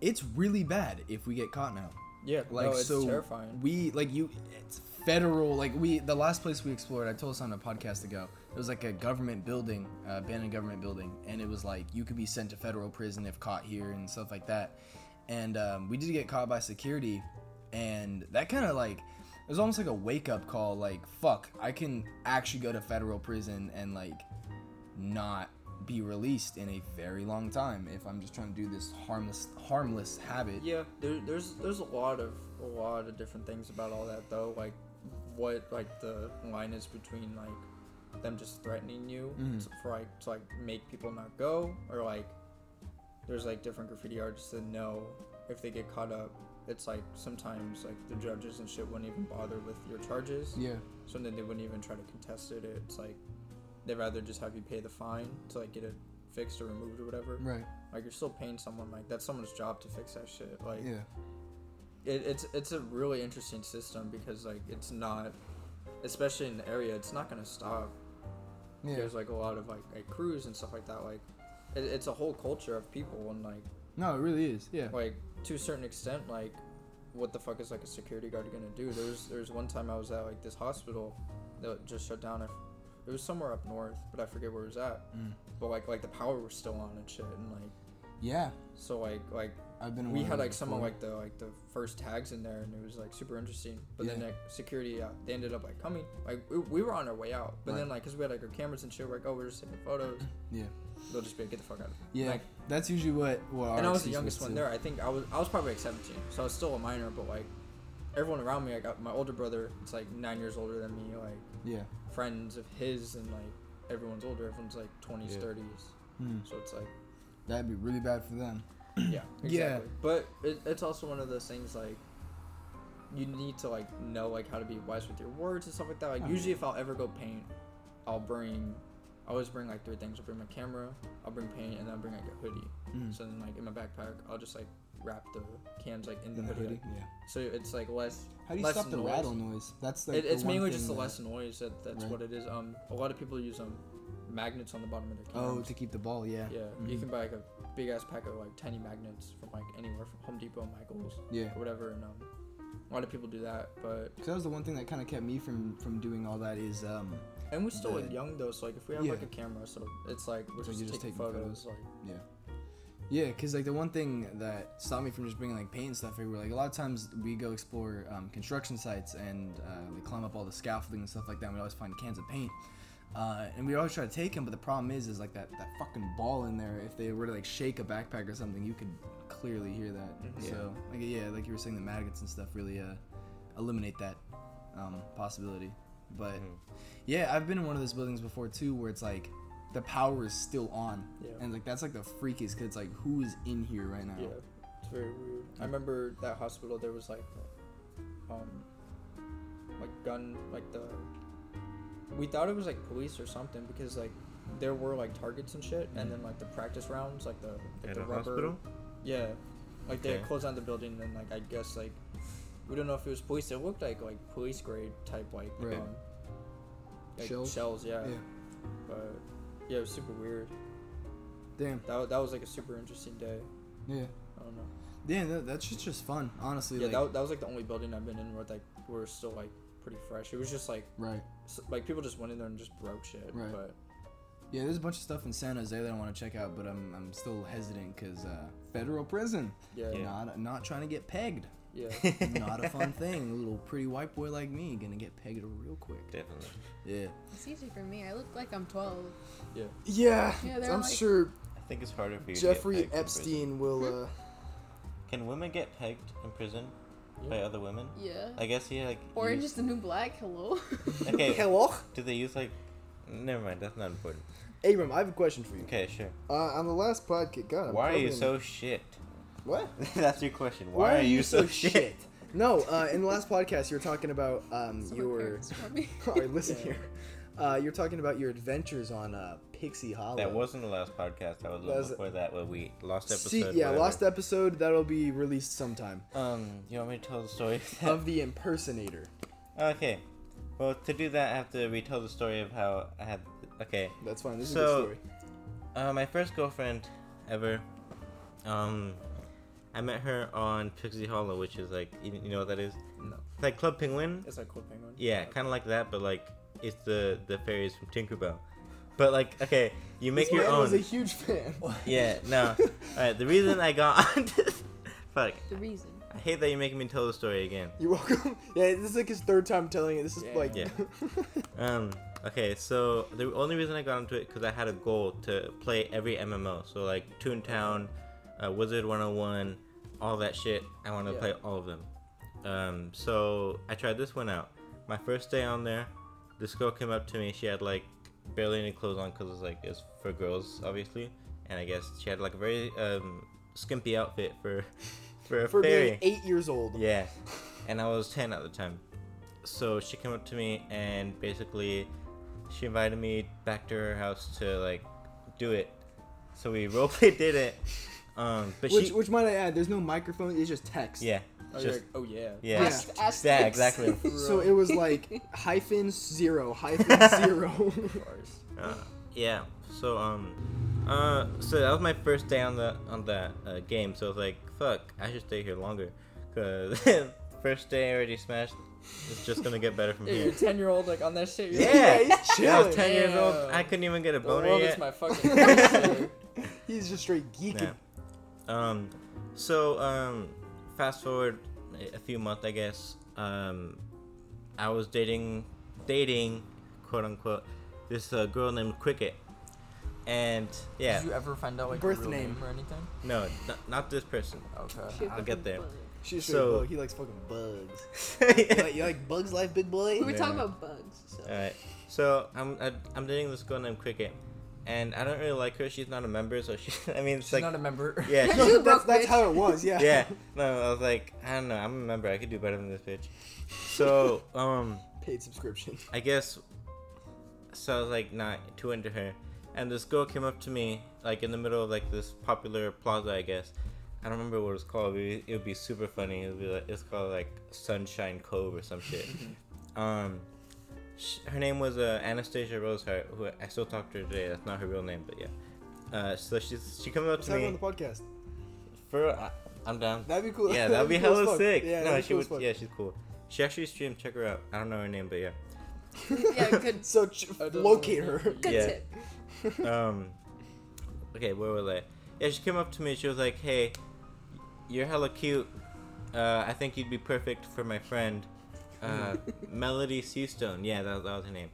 S4: it's really bad if we get caught now
S5: Yeah.
S4: like
S5: no, it's
S4: so
S5: terrifying.
S4: we like you it's federal like we the last place we explored i told us on a podcast ago it was like a government building uh, abandoned government building and it was like you could be sent to federal prison if caught here and stuff like that and um, we did get caught by security and that kind of like it was almost like a wake-up call like fuck i can actually go to federal prison and like not be released in a very long time if i'm just trying to do this harmless harmless habit
S5: Yeah, there, there's there's a lot of a lot of different things about all that though, like what like the line is between like them just threatening you
S4: Mm-hmm.
S5: to, for like to like make people not go, or like there's like different graffiti artists that know if they get caught up, it's like sometimes like the judges and shit wouldn't even bother with your charges.
S4: yeah
S5: So then they wouldn't even try to contest it. It's like they'd rather just have you pay the fine to like get it fixed or removed or whatever.
S4: right
S5: Like you're still paying someone. Like that's someone's job to fix that shit. Like
S4: yeah
S5: it, it's it's a really interesting system because like it's not, especially in the area, it's not gonna stop.
S4: Yeah.
S5: There's like a lot of like, like crews and stuff like that. Like, it, it's a whole culture of people and like
S4: No, it really is. Yeah.
S5: like to a certain extent like what the fuck is like a security guard gonna do there's there's one time i was at like this hospital that just shut down if it was somewhere up north but i forget where it was at
S4: Mm.
S5: but like like the power was still on and shit and like
S4: Yeah.
S5: so like like
S4: I've been.
S5: we
S4: aware
S5: had
S4: of it
S5: like some of
S4: before.
S5: like the like the first tags in there and it was like super interesting but then
S4: Yeah.
S5: like security yeah they ended up like coming like we, we were on our way out but then like because we had like our cameras and shit we're like oh we're just taking photos
S4: Yeah.
S5: they'll just be like get the fuck out of here
S4: Yeah.
S5: like
S4: That's usually what. what our
S5: and I was the
S4: excuse
S5: youngest one
S4: too.
S5: there. I think I was I was probably like 17, so I was still a minor, but like everyone around me, I got my older brother. It's like nine years older than me. Like
S4: Yeah.
S5: friends of his, and like everyone's older. Everyone's like 20s, 30s.
S4: Hmm.
S5: So it's like
S4: That'd be really bad for them.
S5: yeah, exactly.
S4: Yeah.
S5: But it, it's also one of those things like you need to like know like how to be wise with your words and stuff like that. Like
S8: Uh-huh.
S5: usually, if I'll ever go paint, I'll bring. I always bring like three things. I'll bring my camera, I'll bring paint, and then I'll bring like a hoodie.
S8: Hmm.
S5: So then like in my backpack, I'll just like wrap the cans like in the,
S8: In the
S5: hoodie.
S8: hoodie,
S5: like-
S8: yeah.
S5: So it's like less.
S8: How do you
S5: less
S8: stop the
S5: noise.
S8: rattle noise? That's like
S5: It,
S8: the
S5: it's
S8: one
S5: mainly
S8: thing
S5: just the
S8: that-
S5: less noise. That that's
S8: Right.
S5: what it is. Um, a lot of people use um magnets on the bottom of their cans.
S8: Oh, to Mm-hmm. keep the ball, yeah.
S5: Yeah, you can buy like a big ass pack of like tiny magnets from like anywhere from Home Depot, Michaels,
S8: Yeah.
S5: or whatever. And um, a lot of people do that, but
S8: Because that was the one thing that kind of kept me from from doing all that is um
S5: and we're still like
S8: The-
S5: young though, so like if we have like
S8: Yeah.
S5: a camera, so it's like we're
S8: So
S5: just,
S8: you're just taking
S5: taking, photos.
S8: photos.
S5: Like
S8: yeah yeah because like the one thing that stopped me from just bringing like paint and stuff everywhere like a lot of times we go explore um, construction sites and uh, we climb up all the scaffolding and stuff like that and we always find cans of paint uh, and we always try to take them but the problem is is like that that fucking ball in there if they were to like shake a backpack or something you could clearly hear that so like yeah like you were saying the magnets and stuff really uh eliminate that um, possibility but yeah i've been in one of those buildings before too where it's like the power is still on
S5: Yeah.
S8: and like that's like the freakiest because like who is in here right now
S5: yeah, it's very weird. I remember that hospital. There was like, um, like gun like the. We thought it was like police or something because like there were like targets and shit, and then like the practice rounds, like the like
S2: Mm-hmm. At
S5: the
S2: a
S5: rubber.
S2: hospital?
S5: Yeah, like they
S2: Okay.
S5: had closed down the building, and like I guess like we don't know if it was police. It looked like like police grade type like
S8: Right.
S5: um, like
S8: Shells?
S5: shells. yeah.
S8: Yeah.
S5: But yeah, it was super weird.
S8: damn
S5: That wa- that was like a super interesting day.
S8: yeah
S5: I don't know.
S8: yeah that, that's just, just fun honestly
S5: Yeah,
S8: like,
S5: that, that was like the only building I've been in where like we're still like pretty fresh. It was just like
S8: right
S5: s- like people just went in there and just broke shit.
S8: Right.
S5: But
S8: yeah there's a bunch of stuff in san jose that i want to check out but i'm, I'm still hesitant because uh, federal prison
S5: yeah, yeah,
S8: not not trying to get pegged
S5: yeah.
S8: not a fun thing a little pretty white boy like me gonna get pegged real quick
S2: Definitely.
S8: yeah
S3: It's easy for me. I look like I'm 12.
S4: Yeah,
S3: Yeah, they're
S4: I'm
S3: like-
S4: sure
S2: I think it's harder for you. to get
S4: Jeffrey
S2: pegged in prison.
S4: Epstein
S3: Hmm?
S4: will. Uh,
S2: Can women get pegged in prison by other women?
S3: Yeah.
S2: I guess yeah. Like
S3: Orange
S2: use-
S3: is the new black. Hello.
S2: Okay.
S4: Hello,
S2: Do they use like? Never mind. That's not important.
S4: Abram. I have a question for you.
S2: Okay, sure.
S4: Uh, on the last podcast, God, I'm
S2: Why are you
S4: probably-
S2: so shit?
S4: what?
S2: That's your question.
S4: Why, are you so shit? No, uh, in the last podcast, you were talking about um,
S3: That's what my
S4: your.
S3: parents taught me.
S4: All right, listen here. Uh, you're talking about your adventures on uh, Pixie Hollow.
S2: That wasn't the last podcast. That was the
S4: That
S2: one
S4: was-
S2: before that, where we lost episode.
S4: See, yeah,
S2: whatever.
S4: lost episode. That'll be released sometime.
S2: Um, you want me to tell the story?
S4: Of the impersonator.
S2: okay. Well, to do that, I have to retell the story of how I had. Okay.
S4: That's fine. This is
S2: So-
S4: a good story.
S2: Uh, my first girlfriend ever. Um, I met her on Pixie Hollow, which is like you, you know what that is?
S5: no,
S2: Like Club Penguin.
S5: it's like cool penguin.
S2: Yeah, kind of like that, but like it's the the fairies from Tinkerbell. But like, okay, you make
S4: This
S2: your
S4: man
S2: own.
S4: was a huge fan.
S2: Yeah, no. Alright, the reason I got on this. Fuck.
S3: the reason.
S2: I hate that you're making me tell the story again.
S4: You're welcome. Yeah, this is like his third time telling it. This is
S5: Yeah.
S4: like.
S2: Yeah. Um, okay, so the only reason I got into it because I had a goal to play every MMO. So, like, Toontown, uh, Wizard 101, all that shit. I want to
S5: Yeah.
S2: play all of them. Um, so I tried this one out. My first day on there, this girl came up to me. She had, like, barely any clothes on because it's, like, it's for girls, obviously. And I guess she had, like, a very, um, skimpy outfit for. For a
S4: for
S2: fairy.
S4: being eight years old.
S2: Yeah. And I was 10 at the time. So she came up to me and basically she invited me back to her house to like do it. So we roleplay did it. Um but
S8: which
S2: she
S8: which might i add there's no microphone it's just text
S2: yeah.
S5: Oh, you're
S2: Just,
S5: like, oh yeah.
S2: yeah. Yeah,
S3: Ask- ask text.
S2: exactly.
S4: So it was like hyphen zero hyphen zero.
S5: Bars.
S2: Uh, yeah. So um uh so that was my first day on the on that uh, game. So I was like, fuck, I should stay here longer cuz first day already smashed. It's just going to get better from
S5: Yeah, you're
S2: here.
S5: a ten year old like on that shit. You're like,
S2: Yeah.
S4: he's
S2: I was
S4: chilling.
S2: 10 years old.
S5: Damn.
S2: I couldn't even get a
S5: the
S2: boner
S5: world
S2: yet.
S5: is my fucking. oyster.
S4: He's just straight geeking.
S2: Yeah. Um, so um, fast forward a- a few months, I guess. Um, I was dating, dating, quote unquote, this uh, girl named Cricket, and yeah,
S5: Did you ever find out like
S4: Birth
S5: her real
S4: name.
S5: name or anything?
S2: no, not, not this person.
S5: Okay.
S3: Shit,
S2: I'll get there.
S3: bugs.
S4: She's straight
S2: So-
S4: bug. He likes fucking bugs. You like, you like bugs life, big boy?
S3: We were talking
S2: Yeah.
S3: about bugs. So.
S2: All right. So I'm I, I'm dating this girl named Cricket, and I don't really like her. She's not a member, so she. I mean, it's
S5: She's
S2: like
S5: not a member.
S2: yeah, she-
S3: You
S4: that's
S3: broke
S4: that's
S3: bitch.
S4: how it was. Yeah.
S2: yeah. No, I was like, I don't know. I'm a member. I could do better than this bitch. So um,
S4: Paid subscription.
S2: I guess. So I was like not too into her, and this girl came up to me like in the middle of like this popular plaza, I guess. I don't remember what it's called. But it would be super funny. It would be like it's called like Sunshine Cove or some shit.
S4: Mm-hmm.
S2: um, sh- her name was uh, Anastasia Rosehart, who I still talk to her today. That's not her real name, but yeah. Uh, so she's she comes up
S4: Let's
S2: to
S4: have her
S2: me
S4: on the podcast.
S2: for I, I'm down.
S4: That'd be cool.
S2: Yeah, that'd be
S4: cool as
S2: hella
S4: fuck.
S2: sick.
S4: Yeah,
S2: no,
S4: that'd be
S2: she
S4: cool as
S2: would.
S4: fuck.
S2: Yeah, she's cool. She actually streamed. Check her out. I don't know her name, but yeah.
S3: Yeah, good.
S4: So ch-
S5: I don't know.
S4: locate her.
S3: Good
S2: Yeah.
S3: tip.
S2: um okay where was i yeah she came up to me she was like hey you're hella cute uh, i think you'd be perfect for my friend uh, melody seastone yeah that, that was her name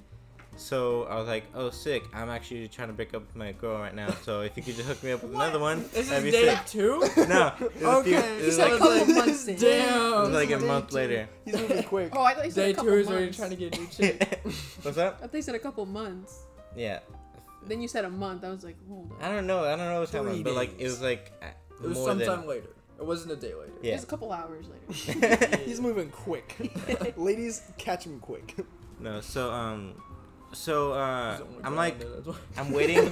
S2: so i was like oh sick i'm actually trying to break up with my girl right now so if you could just hook me up with another one
S5: This
S2: that'd
S5: is
S2: be
S5: day
S2: sick
S5: two.
S2: no it was a few-
S5: Okay,
S2: it was
S5: so
S2: like,
S5: I
S2: it
S3: like-
S5: was like, "Oh,
S3: Couple months in.
S5: damn.
S2: was like a month
S4: Day two.
S2: later
S4: He's moving quick.
S3: Oh, I thought you said
S5: Day
S3: a
S5: two
S3: couple
S5: is
S3: months.
S5: where you're trying to get a new chick.
S2: what's up
S3: I thought you said a couple months.
S2: yeah
S3: Then you said a month. I was like, oh, hold on.
S2: i don't know i don't know what's happening but like it
S4: days.
S2: was like uh,
S5: It was
S2: more than
S5: sometime later. It wasn't a day later.
S3: It
S2: yeah
S3: was a couple hours later.
S4: He's moving quick. Ladies, catch him quick.
S2: No, so um, so uh,
S5: He's the only guy
S2: I'm
S5: on
S2: like,
S5: there, that's why-
S2: I'm waiting.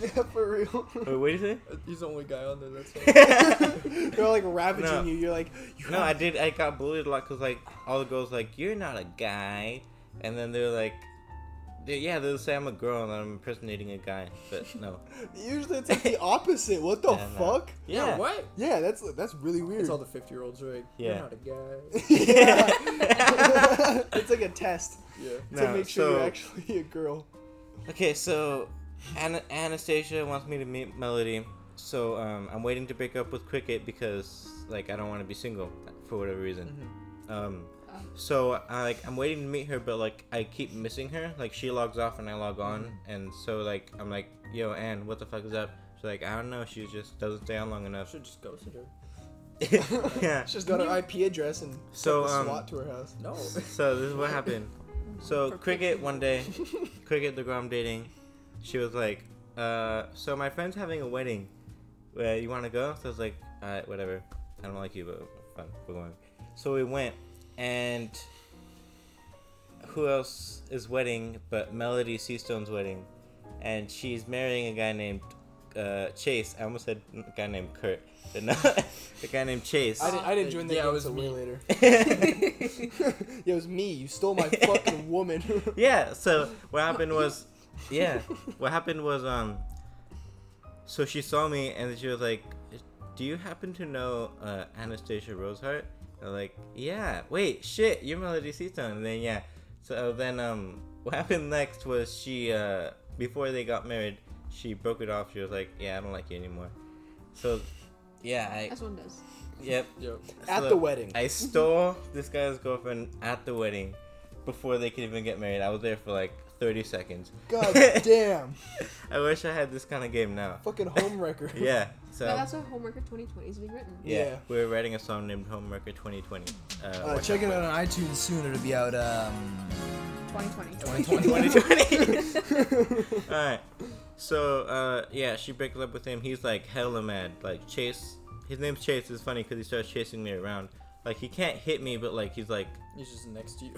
S4: yeah, for real.
S2: Wait, what do you
S5: He's the only guy on there. That's why.
S2: say?
S4: They're like ravaging
S2: No.
S4: you. You're like, you
S2: no, I did. I got bullied a lot because like all the girls like, you're not a guy, and then they're like, they, yeah, they'll say I'm a girl and I'm impersonating a guy, but no.
S4: Usually it's like the opposite. What the
S2: Yeah, no.
S4: fuck?
S5: Yeah,
S2: Yeah.
S5: what?
S4: Yeah, that's that's really weird.
S5: It's all the 50 year olds, right?
S2: Yeah.
S5: You're not a guy.
S4: Yeah. it's like a test
S5: Yeah.
S4: to
S2: No,
S4: make sure you're
S2: so-
S4: actually a girl.
S2: Okay, so Ana- Anastasia wants me to meet Melody, so um, I'm waiting to break up with Cricket because like I don't want to be single for whatever reason. Um,
S3: Ah.
S2: so I like I'm waiting to meet her, but like I keep missing her. Like she logs off and I log on, and so like I'm like, yo, Anne, what the fuck is up? She's like, I don't know. She just doesn't stay on long
S5: I
S2: enough.
S5: should just go sit her.
S2: yeah.
S4: She's got her IP address and
S2: So,
S4: sent the
S2: um,
S4: SWAT to her house.
S5: No.
S2: So this is what happened. So cricket one day, cricket the girl I'm dating, she was like, uh, "So my friend's having a wedding. Uh, you want to go?" So I was like, "All right, whatever. I don't like you, but fine, we're going." So we went, and who else is wedding but Melody Seastone's wedding, and she's marrying a guy named uh, Chase. I almost said a guy named Kurt, but no, a guy named Chase.
S4: I didn't, I didn't join the
S5: Yeah, it
S4: game
S5: was
S4: until
S5: me.
S4: way later. yeah, it was me. You stole my fucking woman.
S2: yeah so what happened was yeah what happened was um so she saw me and she was like do you happen to know uh, anastasia rosehart i was like yeah wait shit you're melody seaton and then yeah so then um what happened next was she uh before they got married she broke it off she was like yeah i don't like you anymore so yeah i
S3: That's what one does.
S2: yep
S5: Yo.
S4: At
S2: so
S4: the wedding.
S2: I stole this guy's girlfriend at the wedding before they could even get married. I was there for like 30 seconds.
S4: God damn.
S2: I wish I had this kind of game now.
S4: Fucking homewrecker.
S2: Yeah. So
S3: No, that's why Homewrecker 2020 is being written.
S2: yeah,
S4: Yeah.
S2: we were writing a song named Homewrecker 2020. Uh,
S8: Uh,
S2: watch
S8: check
S2: out
S8: it
S2: for
S8: out on iTunes soon. It'll be out um,
S3: 2020.
S8: 2020.
S2: 2020. All right. So uh, yeah, she breaks up with him. He's like hella mad. Like Chase, his name's Chase. Is funny because he starts chasing me around. Like he can't hit me, but like he's like,
S5: He's just next to you.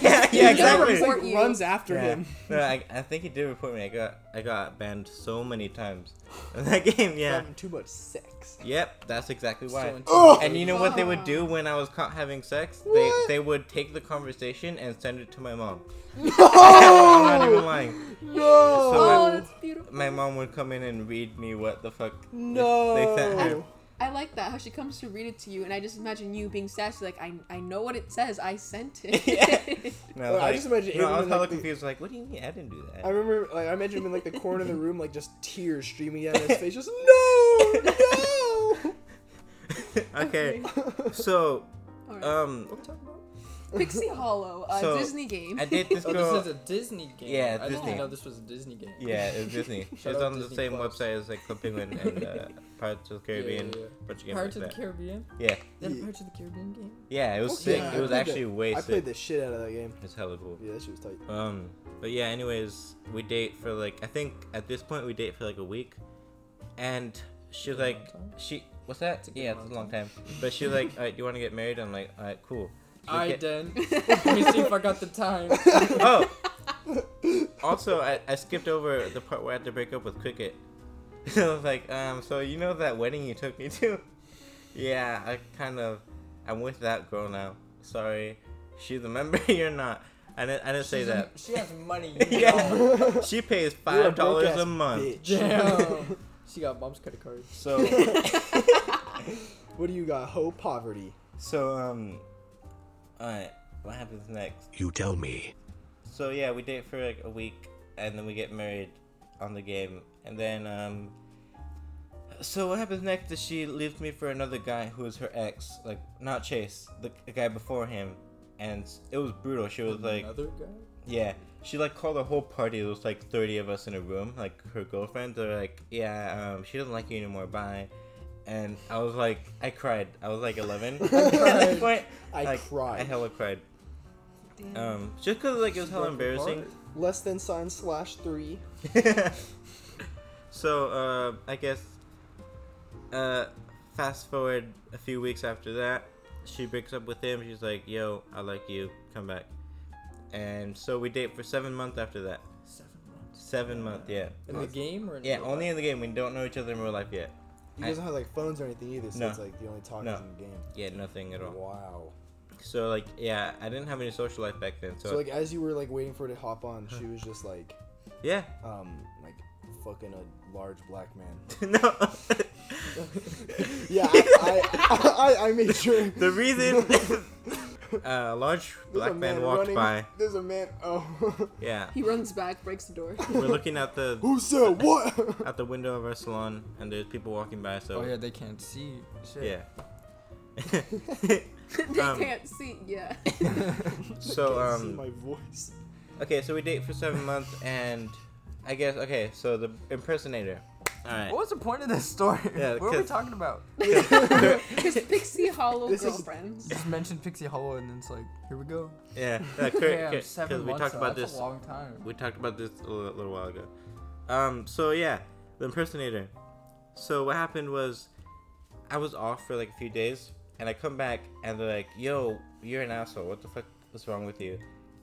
S2: yeah, yeah,
S3: never
S2: exactly.
S4: He like,
S3: Report you.
S4: runs after
S2: Yeah.
S4: him.
S2: No, I, I think he did report me. I got I got banned so many times in that game. Yeah.
S3: Um,
S4: Having too much sex.
S2: Yep, that's exactly why.
S5: Still in-
S2: And you know what they would do when I was caught having sex? They
S4: What?
S2: they would take the conversation and send it to my mom. No! I'm not even lying.
S4: No.
S3: Oh,
S2: So
S3: that's beautiful.
S2: my mom would come in and read me what the fuck they-
S4: No.
S2: they sent her.
S3: I like that how she comes to read it to you, and I just imagine you being sassy, like I, I know what it says. I sent it.
S2: Yeah. And I was
S4: Well, I
S2: like-
S4: just imagine
S2: No, I was
S4: Aiden,
S2: hella
S4: like, the-
S2: confused. Like, what do you mean? I didn't do that.
S4: I remember, like, I imagine him in like the corner of the room, like just tears streaming down his face, just no, no.
S2: okay. So,
S3: All
S2: um,
S3: right.
S5: What are we talking about?
S3: Pixie Hollow, a
S2: so,
S3: Disney game.
S2: I date this
S5: Oh,
S2: girl.
S5: this is a Disney game.
S2: Yeah,
S5: I
S2: Disney.
S5: didn't know this was a Disney game.
S2: Yeah, it was Disney. It's
S5: Shout out
S2: on the
S5: Disney
S2: same
S5: Plus.
S2: website as like The Penguin and uh, Pirates of the
S5: Yeah,
S2: Caribbean.
S5: yeah, yeah.
S2: Bunch of games
S5: Pirates
S2: like
S5: of the
S2: that.
S5: Caribbean?
S2: Yeah,
S5: Is that
S4: Yeah.
S5: a Pirates of the Caribbean game?
S2: yeah, it was
S4: Fuck yeah,
S2: sick.
S4: I
S2: it was
S4: played
S2: actually
S4: that-
S2: way
S4: I
S2: sick.
S4: played the shit out of that game.
S2: It's hella cool.
S4: Yeah, that shit was tight.
S2: Um, But yeah, anyways, we date for like I think at this point we date for like a week, and she was like she what's that? Yeah, it's a long time. But she was like, alright, you want to get married? I'm like, alright, cool. She was
S5: I
S2: get-
S5: done. Let me see if I got the time.
S2: Oh. also, I, I skipped over the part where I had to break up with Cricket. I was like, um, so you know that wedding you took me to? Yeah, I kind of, I'm with that girl now. Sorry, she's a member. You're not. I didn't. I didn't say that.
S5: She has money.
S2: yeah, she pays
S4: You're a
S2: five dollars a
S4: broke-ass
S2: month.
S4: bitch.
S5: Damn. she got mom's credit card.
S2: So,
S4: What do you got? Ho poverty.
S2: so um, all right, what happens next?
S1: You tell me.
S2: So yeah, we date for like a week, and then we get married on the game, and then um. So what happens next is she leaves me for another guy who is her ex, like not Chase, the, the guy before him, and it was brutal. She was like,
S5: Another guy?
S2: yeah, she like called a whole party. There was like thirty of us in a room, like her girlfriends. They're like, yeah, um, she doesn't like you anymore. Bye. And I was like, I cried. I was like eleven at that point.
S4: I
S2: like,
S4: cried.
S2: I hella cried.
S3: Damn.
S2: Um, just cause like it was hella embarrassing.
S4: Less than sign slash three.
S2: so uh, I guess uh, fast forward a few weeks after that, she breaks up with him. She's like, "Yo, I like you. Come back." And so we date for seven months after that.
S5: Seven months.
S2: Seven month, yeah.
S5: In the game or in
S2: Yeah,
S5: real
S2: only
S5: life?
S2: in the game. We don't know each other in real life yet.
S4: You
S2: I-
S4: guys don't have like phones or anything either, so
S2: No.
S4: it's like the only talk
S2: No.
S4: is in the game.
S2: Yeah, nothing at all.
S4: Wow.
S2: So like, yeah, I didn't have any social life back then. So,
S4: So like as you were like waiting for her to hop on, she was just like,
S2: yeah,
S4: um, like fucking a large black man.
S2: no.
S4: Yeah, I, I, I, I made sure.
S2: the reason a large
S4: There's a
S2: black man
S4: man
S2: walked
S4: running-
S2: by.
S4: There's a man. Oh.
S2: Yeah,
S3: He runs back, breaks the door.
S2: we're looking at the
S4: Who said what?
S2: at the window of our salon and there's people walking by so
S5: Oh yeah, they can't see. Shit.
S2: yeah,
S3: they
S2: Um,
S3: can't see. Yeah.
S2: so
S4: Can't see
S2: um
S4: my voice.
S2: okay so we date for seven months and i guess okay so the impersonator all right
S5: What was the point of this story?
S2: Yeah,
S5: what were we
S2: 'cause-
S5: talking about?
S3: His pixie hollow
S4: This is-
S3: girlfriends.
S5: Just mentioned Pixie Hollow and then it's like, here we go.
S2: yeah Uh, because we talked
S5: though,
S2: about
S5: that's
S2: this
S5: a long time.
S2: we talked about this a little, little while ago um so yeah the impersonator so what happened was i was off for like a few days and i come back and they're like yo you're an asshole what the fuck was wrong with you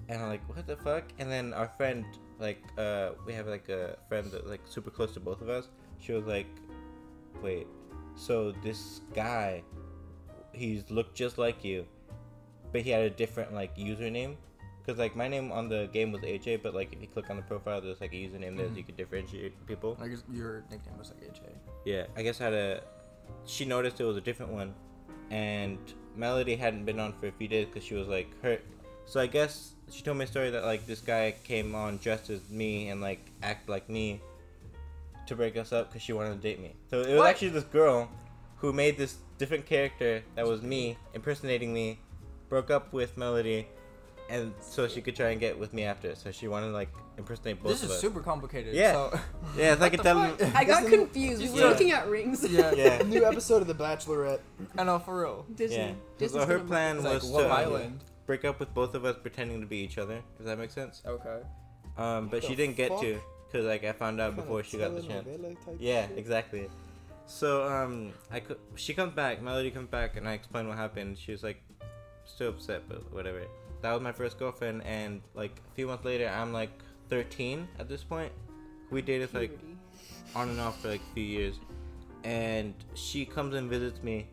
S2: and i'm like what the fuck and then our friend like uh we have like a friend that's like super close to both of us she was like wait so this guy he's looked just like you but he had a different like username because like my name on the game was aj but like if you click on the profile there's like a username that you could differentiate people
S5: Like your nickname was like AJ.
S2: yeah, I guess I had a. She noticed it was a different one, and Melody hadn't been on for a few days because she was like hurt. So I guess she told me a story that like this guy came on dressed as me and like act like me to break us up because she wanted to date me. So it was
S5: What?
S2: actually this girl who made this different character that was me impersonating me, broke up with Melody, and so she could try and get with me after. So she wanted to like impersonate both
S5: This
S2: of
S5: is
S2: us.
S5: super complicated.
S2: Yeah.
S5: So,
S2: yeah, it's like a
S5: the
S2: dumb-
S5: fuck?
S3: I got confused. We
S5: just
S3: were
S5: yeah.
S3: looking at rings.
S5: yeah.
S2: yeah.
S4: New episode of The Bachelorette.
S5: I know for real.
S3: Disney.
S2: Yeah.
S3: Disney's
S2: So her
S3: gonna-
S2: plan
S5: It's like
S2: was
S5: Love
S2: to
S5: Island.
S2: break up with both of us pretending to be each other. Does that make sense?
S5: Okay.
S2: Um, but she
S4: the
S2: didn't get to
S4: fuck?
S2: because like I found out before she got the chance.
S4: Telenovela type
S2: Yeah,
S4: shit.
S2: exactly. So um, I could. She comes back. Melody comes back, and I explain what happened. She was like, still upset, but whatever. That was my first girlfriend, and like a few months later, I'm like 13 at this point. We dated like
S3: Puberty.
S2: on and off for like a few years, and she comes and visits me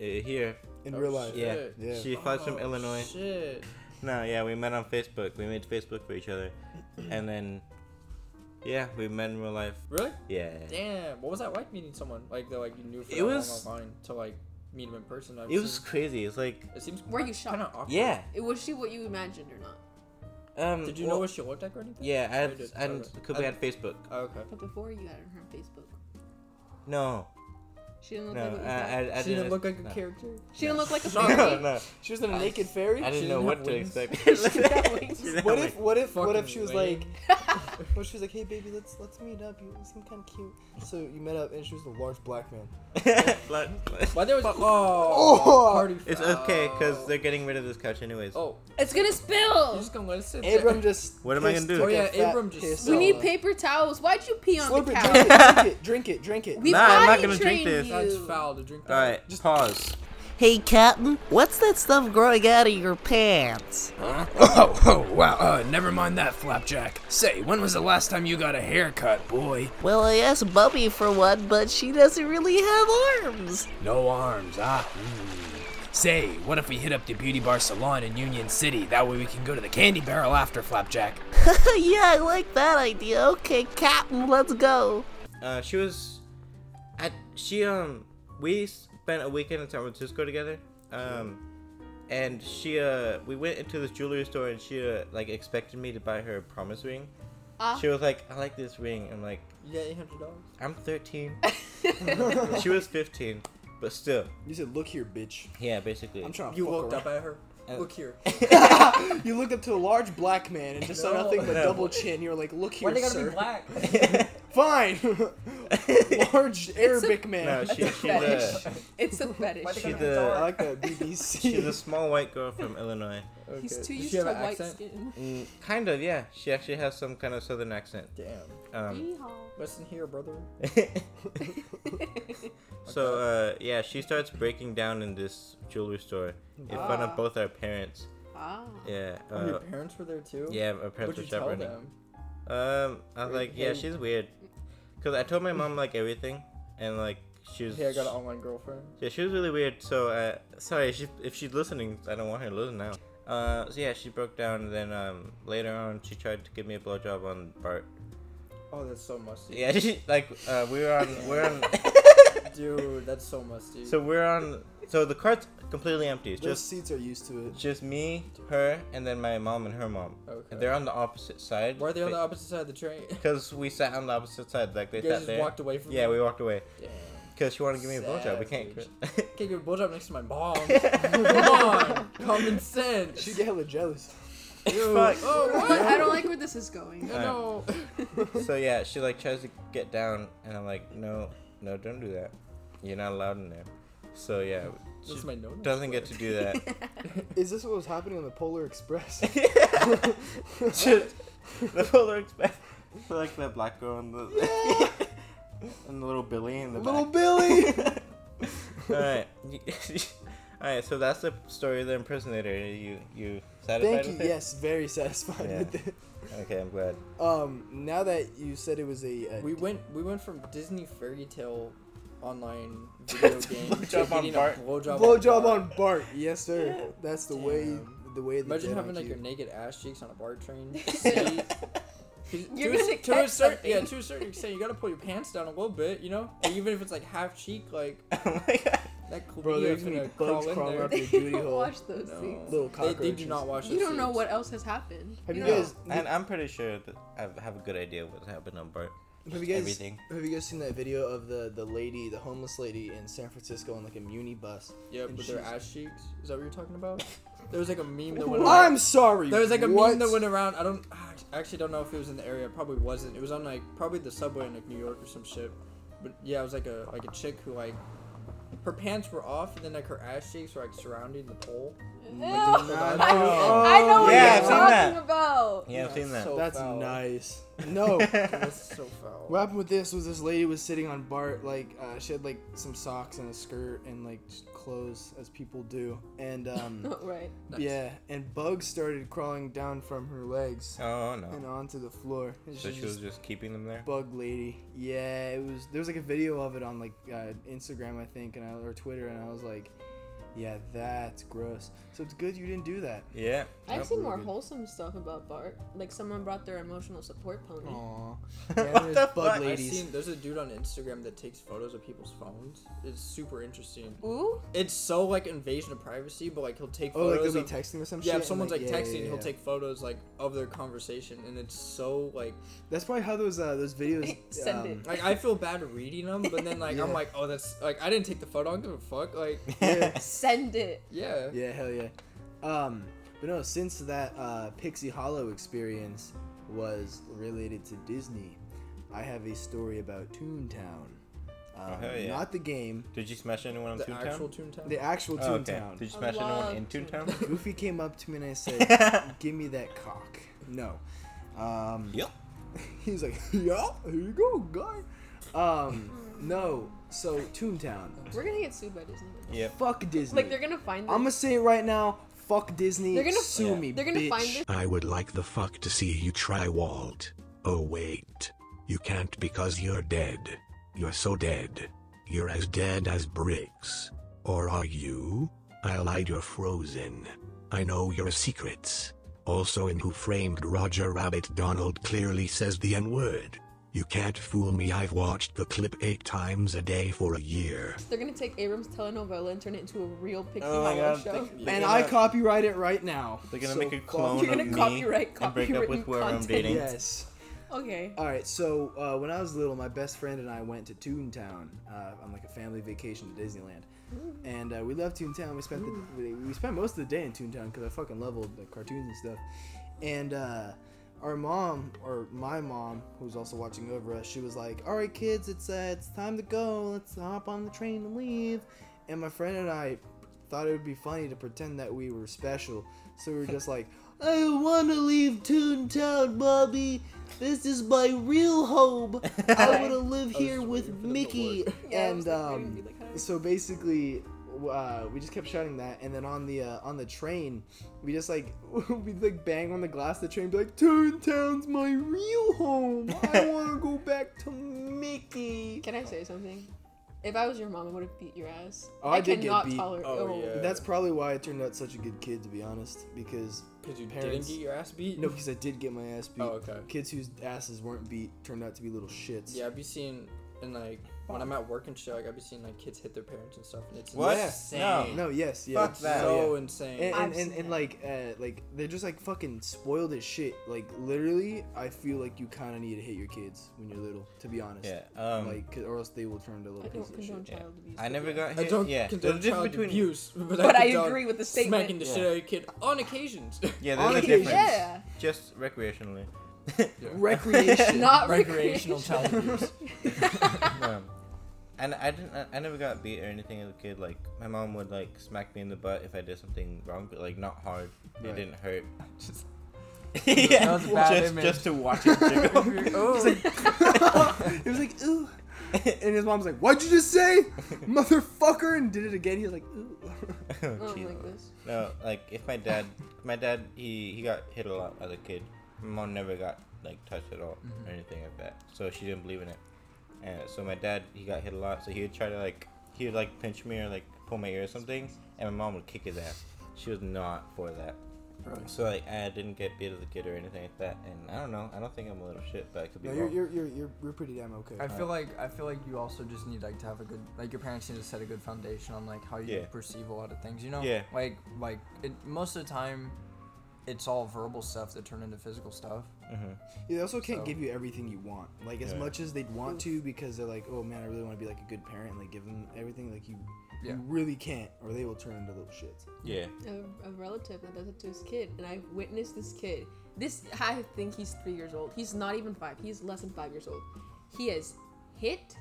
S2: uh, here.
S4: In
S5: Oh,
S4: real life.
S5: shit.
S2: Yeah,
S4: Yeah.
S2: she flies from
S5: Oh,
S2: Illinois.
S5: Shit.
S2: No, yeah, we met on Facebook. We made Facebook for each other, and then, yeah, we met in real life.
S5: Really?
S2: Yeah,
S5: Damn. What was that like meeting someone like that like you knew for
S2: It
S5: that long
S2: was-
S5: online to like meet him in person? I've
S2: it was
S5: seen-
S2: crazy. It's like,
S5: It seems.
S3: Were you shocked?
S5: Kind of awkward.
S2: yeah,
S3: It- Was she what you imagined or not?
S2: um,
S5: Did you
S2: well,
S5: know what she looked like or anything?
S2: Yeah, I
S5: Or
S2: had,
S5: did-
S2: I had,
S5: Oh, okay.
S2: cause we had Facebook.
S5: Okay.
S3: But before you had her on Facebook.
S2: No,
S3: She didn't look
S2: No,
S3: like what you
S2: I,
S3: thought.
S2: I, I
S5: she didn't look like a
S2: no.
S5: character.
S3: she didn't look like a
S2: No,
S3: fairy.
S2: no, no.
S4: She was in a naked fairy.
S2: I
S4: She
S2: didn't know
S4: have
S2: what to
S4: wings.
S2: expect.
S3: She didn't have wings.
S2: She didn't
S4: What
S2: have
S4: if what if what if
S5: Fucking
S4: she was
S5: lame.
S4: like what if she was like, Hey baby, let's let's meet up. You seem kinda cute. So you met up and she was a large black man.
S2: wings. Like- like-
S5: Why there was oh,
S4: Oh!
S5: party
S2: it's
S5: foul.
S2: okay because they're getting rid of this couch anyways.
S5: Oh,
S3: It's gonna
S5: you're
S3: spill.
S5: just gonna let it sit
S4: Abram
S5: there.
S4: just
S2: What am I gonna
S4: pissed
S2: do?
S4: took
S2: Oh,
S4: a
S5: yeah,
S4: fat
S5: Abram just
S4: piss.
S3: We need
S5: uh,
S3: paper towels. Why'd you pee on
S4: Slurp
S3: the
S4: it,
S3: couch?
S4: drink it, drink it, drink it.
S3: We
S2: Nah, I'm not
S3: potty
S2: gonna drink
S3: trained
S2: this.
S3: you.
S5: That's foul to drink.
S2: All right, just pause.
S9: Hey, Captain, what's that stuff growing out of your pants?
S8: Oh, oh, wow. Uh, never mind that, Flapjack. Say, when was the last time you got a haircut, boy?
S9: Well, I asked Bubby for one, but she doesn't really have arms.
S8: No arms, ah. mm. Say, what if we hit up the beauty bar salon in Union City? That way we can go to the candy barrel after Flapjack.
S9: yeah, I like that idea. Okay, Captain, let's go.
S2: Uh, she was, at she um, we spent a weekend in San Francisco together. Um, and she uh, we went into this jewelry store and she uh, like expected me to buy her a promise ring.
S3: Ah.
S2: She was like, I like this ring. I'm like,
S5: Yeah, eight hundred dollars.
S2: I'm 13. she was 15, but still,
S4: You said, Look here, bitch.
S2: yeah, basically.
S4: I'm trying to
S5: You
S4: fuck
S5: looked
S4: around.
S5: up at her. Look here.
S4: You looked up to a large black man and just saw
S5: No.
S4: nothing but double chin. You were like, look here, sir.
S5: black?
S4: Fine. large Arabic man.
S2: no, she, she's
S3: fetish.
S2: a,
S3: It's a fetish.
S2: she's
S4: I
S2: a,
S4: like that BBC.
S2: she's a small white girl from Illinois.
S3: He's too
S5: Does
S3: used
S5: she
S3: to
S5: have an
S3: white
S5: accent?
S3: skin.
S2: Mm, kind of, yeah. She actually has some kind of southern accent.
S5: Damn.
S2: Um,
S5: Listen here, brother.
S2: so uh, yeah, she starts breaking down in this jewelry store in front
S3: Ah.
S2: of both our parents.
S3: Ah.
S2: Yeah,
S5: Oh, your
S2: uh,
S5: parents were there too.
S2: yeah, our parents
S5: What'd
S2: were
S5: you tell
S2: chaperoning.
S5: them?
S2: Um, I was like, yeah,
S5: Hey.
S2: she's weird, cause I told my mom like everything, and like she was.
S5: Hey, I got an online girlfriend.
S2: Yeah, she was really weird. So, uh, sorry she, if she's listening. I don't want her to listen now. Uh, so yeah, she broke down. And then um, later on, she tried to give me a blowjob on Bart.
S5: Oh, that's so musty.
S2: Yeah, she, like uh, we were on, we're on,
S5: Dude, that's so musty.
S2: so we're on. So the cart's completely empty. It's
S4: Those
S2: just
S4: seats are used to it.
S2: just me, her, and then my mom and her mom.
S5: Okay.
S2: They're on the opposite side.
S5: why are they on the opposite side of the train?
S2: Because we sat on the opposite side. Like they
S5: You guys
S2: sat
S5: just
S2: there.
S5: walked away from
S2: yeah,
S5: them?
S2: we walked away.
S5: Damn.
S2: Cause she wanted to give me a blowjob. We can't.
S5: Can't give a blowjob next to my mom. Come on, common sense.
S4: She get hella jealous.
S5: Dude.
S2: Fuck.
S5: Oh, what?
S3: I don't like where this is going.
S2: Alright.
S5: No.
S2: so yeah, she like tries to get down, and I'm like, no, no, don't do that. You're not allowed in there. So yeah, she
S5: That's my no.
S2: doesn't get to do that.
S4: Is this what was happening on the Polar Express?
S2: She- the polar express, so, like that black girl and the and the little Billy in the
S4: Little Billy!
S2: All right, all right. So that's the story of the impersonator. You you satisfied
S4: Thank you.
S2: with it?
S4: Yes, very satisfied
S2: Yeah.
S4: with it.
S2: Okay, I'm glad.
S4: Um, now that you said it was a, a
S5: We went. We went from Disney fairy tale online video game to
S2: Blowjob on
S5: getting
S2: Bart.
S5: a blowjob.
S4: blowjob
S5: Bart.
S4: on Bart, yes sir. That's the way
S5: Damn.
S4: the way the
S5: Imagine
S4: Jedi
S5: having like your
S4: cute.
S5: naked ass cheeks on a bar train. See? Cause
S3: You're
S5: to
S3: gonna
S5: a cer- to a
S3: catch
S5: certain,
S3: something.
S5: yeah, to a certain extent, you gotta pull your pants down a little bit, you know. Like, even if it's like half cheek, like
S2: Oh my god.
S5: that could
S4: Bro,
S5: be
S4: there's
S5: gonna
S4: gonna be
S5: crawl
S4: bugs
S5: in
S4: crawling
S5: there.
S4: up
S3: They
S4: your booty
S3: don't
S4: hole.
S3: watch those
S5: No.
S3: things.
S4: Little
S5: They- They,
S4: cockroaches.
S5: do not wash.
S3: You
S5: those
S3: don't know
S5: suits.
S3: what else has happened.
S4: Have you
S3: don't
S4: guys
S2: And I'm pretty sure that I have a good idea what happened on Bart.
S4: Have you guys
S2: Everything.
S4: have you guys seen that video of the the lady, the homeless lady in San Francisco on like a muni bus?
S5: Yeah,
S4: And
S5: but their
S4: she's-
S5: ass cheeks. Is that what you're talking about? There was like a meme that went. around.
S4: I'm sorry.
S5: There was like a
S4: what?
S5: meme that went around. I don't ah, I actually don't know if it was in the area. It probably wasn't. It was on like probably the subway in like New York or some shit. But yeah, it was like a like a chick who like her pants were off and then like her ass cheeks were like surrounding the pole.
S3: Ew.
S5: Hold
S4: I-
S5: on.
S3: I know what
S2: Yeah, I've
S3: you're
S2: seen
S3: talking
S2: that.
S3: about.
S2: Yeah, I've seen that.
S5: so
S4: That's
S5: foul.
S4: nice. No.
S5: That's so foul.
S4: What happened with this was this lady was sitting on Bart, like uh, she had like some socks and a skirt and like just clothes as people do, and um,
S3: right.
S4: yeah, and bugs started crawling down from her legs
S2: Oh no.
S4: and onto the floor. And
S2: So
S4: she's
S2: she was
S4: just
S2: just keeping them there.
S4: bug lady. Yeah, it was. There was like a video of it on like uh, Instagram, I think, and I, or Twitter, and I was like,
S8: Yeah, that's gross. So it's good you didn't do that.
S2: Yeah.
S3: I've
S2: Yep.
S3: seen more wholesome stuff about Bart. Like someone brought their emotional support pony.
S8: Aww.
S5: What
S2: the fuck?
S8: Bug
S2: I've
S5: I've
S8: ladies.
S5: seen there's a dude on Instagram that takes photos of people's phones. It's super interesting.
S3: Ooh,
S5: It's so like invasion of privacy, but like he'll take
S4: Oh,
S5: photos.
S4: like they'll be
S5: of-
S4: texting or some shit.
S5: yeah, if
S4: and,
S5: someone's like
S4: yeah, yeah,
S5: texting,
S4: yeah,
S5: he'll
S4: yeah.
S5: take photos like of their conversation, and it's so like
S4: That's probably how those uh, those videos.
S3: Send
S4: um,
S3: it.
S5: like I feel bad reading them, but then like I'm
S4: Yeah.
S5: like, oh, that's like I didn't take the photo. I don't give a fuck. Like
S3: send it.
S5: yeah,
S4: Yeah, hell yeah. Um, but no, since that uh, Pixie Hollow experience was related to Disney, I have a story about Toontown. Um,
S2: Oh, hell yeah.
S4: Not the game,
S2: Did you smash anyone on
S5: the
S2: Toontown?
S5: actual Toontown.
S4: the actual
S2: Oh, okay.
S4: Toontown.
S2: Did you
S3: I
S2: smash anyone
S3: love
S2: in
S3: Toontown.
S2: Toontown?
S4: Goofy came up to me and I said, "Give me that cock." No. Um,
S2: yep.
S4: he's like, "Yeah, here you go, guy." Um, no. So Toontown.
S3: We're gonna get sued by Disney.
S2: Yep.
S4: Fuck Disney.
S3: Like they're gonna find this.
S4: I'm gonna say it right now. Fuck Disney.
S3: They're gonna-
S4: sue
S2: Yeah.
S4: me.
S3: they're gonna
S4: bitch.
S3: find this.
S1: I would like the fuck to see you try Walt. Oh wait. You can't because you're dead. You're so dead. You're as dead as bricks. Or are you? I'll hide your frozen. I know your secrets. Also in Who Framed Roger Rabbit Donald clearly says the N-word. You can't fool me I've watched the clip eight times a day for a year.
S3: They're gonna take Abrams' telenovela and turn it into a real Pixie
S2: Oh my
S3: Hollow
S2: God,
S3: show.
S2: they-
S4: And
S2: They're
S4: I
S2: gonna-
S4: copyright it right now.
S2: They're gonna
S4: So
S2: make a
S4: fuck
S2: clone
S3: You're
S2: of
S3: gonna
S2: me
S3: copyright
S2: and break up with
S3: copywritten
S2: whoever I'm
S3: content.
S2: dating.
S4: Yes.
S3: okay.
S4: All right. So uh, when I was little, my best friend and I went to Toontown uh, on like a family vacation to Disneyland, and uh, we loved Toontown. We spent the, we, we spent most of the day in Toontown because I fucking love old like, cartoons and stuff. And uh, our mom or my mom, who's also watching over us, she was like, "All right, kids, it's uh, it's time to go. Let's hop on the train and leave." And my friend and I thought it would be funny to pretend that we were special, so we were just like. I want to leave Toontown, Bobby. This is my real home. I want to live here with Mickey.
S3: Yeah, I
S4: and
S3: was like, they're gonna
S4: um,
S3: be like, "Hi."
S4: so basically, w- uh, we just kept shouting that, and then on the uh, on the train, we just like we like bang on the glass of the train, be like, "Toontown's my real home. I want to go back to Mickey."
S3: Can I say something? If I was your mom, I would have beat your ass.
S4: Oh, I did get
S3: cannot
S4: beat.
S3: tolerate.
S5: Oh, yeah.
S4: That's probably why I turned out such a good kid, to be honest, because
S5: Because you
S4: Parents-
S5: didn't get your ass beat.
S4: no, because I did get my ass beat.
S5: Oh, okay.
S4: Kids whose asses weren't beat turned out to be little shits.
S5: Yeah, I'd be seeing and like when I'm at work and shit, like I'd be seeing like kids hit their parents and stuff, and it's
S2: What?
S5: insane.
S2: No.
S4: No, yes, yeah.
S5: Fuck that.
S4: No, yeah.
S5: So insane.
S4: and, and,
S3: I've
S4: and,
S3: seen
S4: and
S3: that.
S4: like uh, like they're just like fucking spoiled as shit. Like literally, I feel like you kind of need to hit your kids when you're little, to be honest.
S2: Yeah. Um.
S4: Like, 'cause- or else they will turn to
S3: I
S4: little pieces
S3: don't
S4: of
S3: condone
S4: shit.
S3: child abuse.
S2: I never got
S5: I
S2: hit.
S5: don't
S2: yeah.
S5: condone
S2: There's a difference
S5: child
S2: between-
S5: abuse, but,
S3: But I
S5: condone
S3: agree with the
S5: smacking
S3: statement.
S5: the
S2: statement.
S5: shit out of your kid on occasions.
S2: Yeah, there's a
S4: Honestly,
S2: difference.
S3: Yeah,
S2: Just recreationally.
S4: Recreation.
S3: not
S5: Recreational
S3: recreational.
S5: child abuse.
S2: um, and I didn't. I, I never got beat or anything as a kid. Like my mom would like smack me in the butt if I did something wrong, but like not hard. It
S4: Right.
S2: didn't hurt.
S5: Just-
S2: yeah,
S5: That was a bad
S2: just,
S5: image.
S2: just to watch it jiggle.
S5: oh,
S4: it was like ooh, and his mom's like, "What'd you just say, motherfucker?" And did it again. He's like, "Ooh."
S2: Oh,
S3: I don't
S2: jeez.
S3: like this.
S2: no, like if my dad, my dad, he he got hit a lot as a kid. My mom never got like touched at all
S4: Mm-hmm.
S2: or anything like that, so she didn't believe in it. And so my dad, he got hit a lot, so he would try to like he would like pinch me or like pull my ear or something, and my mom would kick his ass. She was not for that. So like I didn't get beat as a kid or anything like that, and I don't know. I don't think I'm a little shit, but I could be
S4: No, you're
S2: wrong.
S4: you're you're you're, you're pretty damn okay.
S10: I feel like I feel like you also just need like to have a good like your parents need to set a good foundation on like how you
S2: Yeah.
S10: perceive a lot of things. You know,
S2: Yeah.
S10: like like it, most of the time, it's all verbal stuff that turn into physical stuff.
S4: They also can't
S10: So-
S4: give you everything you want, like as
S2: Yeah.
S4: much as they'd want to, because they're like, "Oh man, I really want to be like a good parent and like give them everything." Like you,
S10: Yeah.
S4: you really can't, or they will turn into little shits.
S2: yeah,
S3: A, a relative that does it to his kid, and I've witnessed this kid. This I think he's three years old. He's not even five. He's less than five years old. He has hit,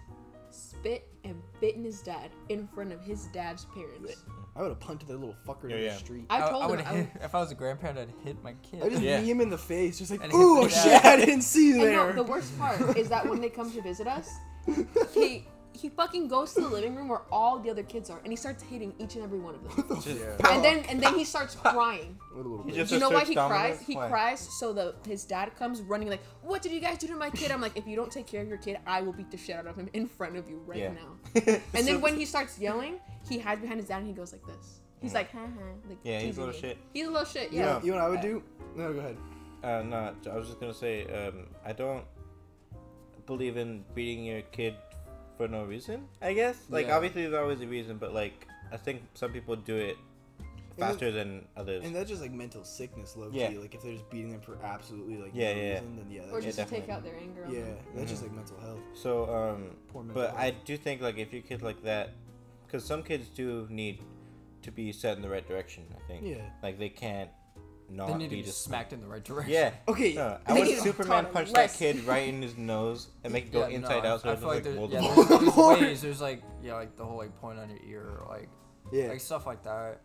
S3: spit, and bitten his dad in front of his dad's parents.
S4: I would have punted that little fucker
S2: Yeah,
S4: in
S2: yeah.
S4: the street. I,
S3: I told
S10: would
S3: him I would,
S10: hit, if I was a grandparent, I'd hit my kid.
S4: just
S2: Yeah.
S4: knee him in the face, just like,
S10: And hit
S4: "Ooh,
S10: the
S4: shit, I didn't see you
S3: And
S4: there."
S3: no, the worst part is that when they come to visit us, he he fucking goes to the living room where all the other kids are, and he starts hitting each and every one of them.
S10: fuck?
S3: And then and then he starts crying.
S10: What a little
S2: He
S10: bitch.
S2: just
S3: you know why
S2: asserts
S3: he
S2: dominance?
S3: cries? He
S2: Why?
S3: cries so the his dad comes running like, "What did you guys do to my kid?" I'm like, "If you don't take care of your kid, I will beat the shit out of him in front of you right
S2: Yeah.
S3: now." and then when he starts yelling, he hides behind his dad and he goes like this. He's like, "Huh huh." Like,
S2: Yeah, he's a
S3: teasing
S2: little
S3: me.
S2: shit.
S3: He's a little shit.
S10: You know-
S3: Yeah.
S10: you know what I would do? No, go ahead.
S2: Uh, no, I was just gonna say, um, I don't believe in beating your kid for no reason. I guess, like,
S11: Yeah.
S2: obviously there's always a reason, but like, I think some people do it faster than others.
S10: And that's just like mental sickness, low key.
S2: Yeah.
S10: Like if they're just beating them for absolutely like
S2: Yeah,
S10: no
S2: yeah, yeah.
S10: reason, then yeah,
S3: Or
S10: that's just,
S3: just
S2: Yeah,
S3: to take
S2: definitely.
S3: out their anger. on
S10: yeah,
S3: them.
S10: that's just like mental health.
S2: So, um,
S10: Poor mental
S2: but I do think like if your kid like that, because some kids do need to be set in the right direction. I think.
S10: Yeah.
S2: Like they can't not
S5: They need to
S2: be
S5: be
S2: just.
S5: smacked in the right direction.
S2: Yeah.
S10: Okay,
S2: No, I
S3: they
S2: would
S3: need to
S2: Superman
S3: talk
S2: punch
S3: less.
S2: that kid right in his nose and make it go
S5: Yeah,
S2: inside
S5: no,
S2: out. So
S5: I
S2: it
S5: feel
S2: looks
S5: like
S2: like,
S5: there,
S2: Voldemort.
S5: yeah, there's, there's ways. There's like yeah, like the whole like point on your ear, or like
S10: Yeah,
S5: like stuff like that.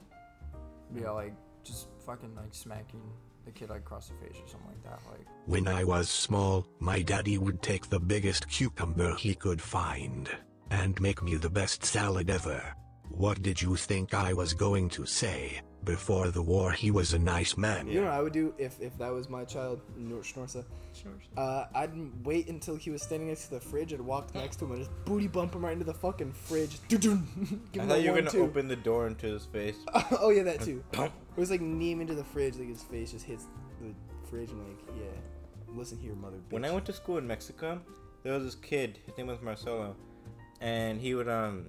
S5: Yeah,
S2: Mm-hmm.
S5: like just fucking like smacking the kid like across the face or something like that. Like
S1: When I was small, my daddy would take the biggest cucumber he could find and make me the best salad ever. What did you think I was going to say? Before the war, he was a nice man.
S10: you know what I would do if if that was my child, Nor- Schnorsa. Uh, I'd m- wait until he was standing next to the fridge and walk next to him and just booty bump him right into the fucking fridge. Give him
S2: I
S10: the
S2: thought you were
S10: one,
S2: gonna
S10: two.
S2: open the door into his face.
S10: oh yeah, that too. it was like knee into the fridge, like his face just hits the fridge and like yeah. Listen here, mother. Bitch.
S2: When I went to school in Mexico, there was this kid. His name was Marcelo, and he would um.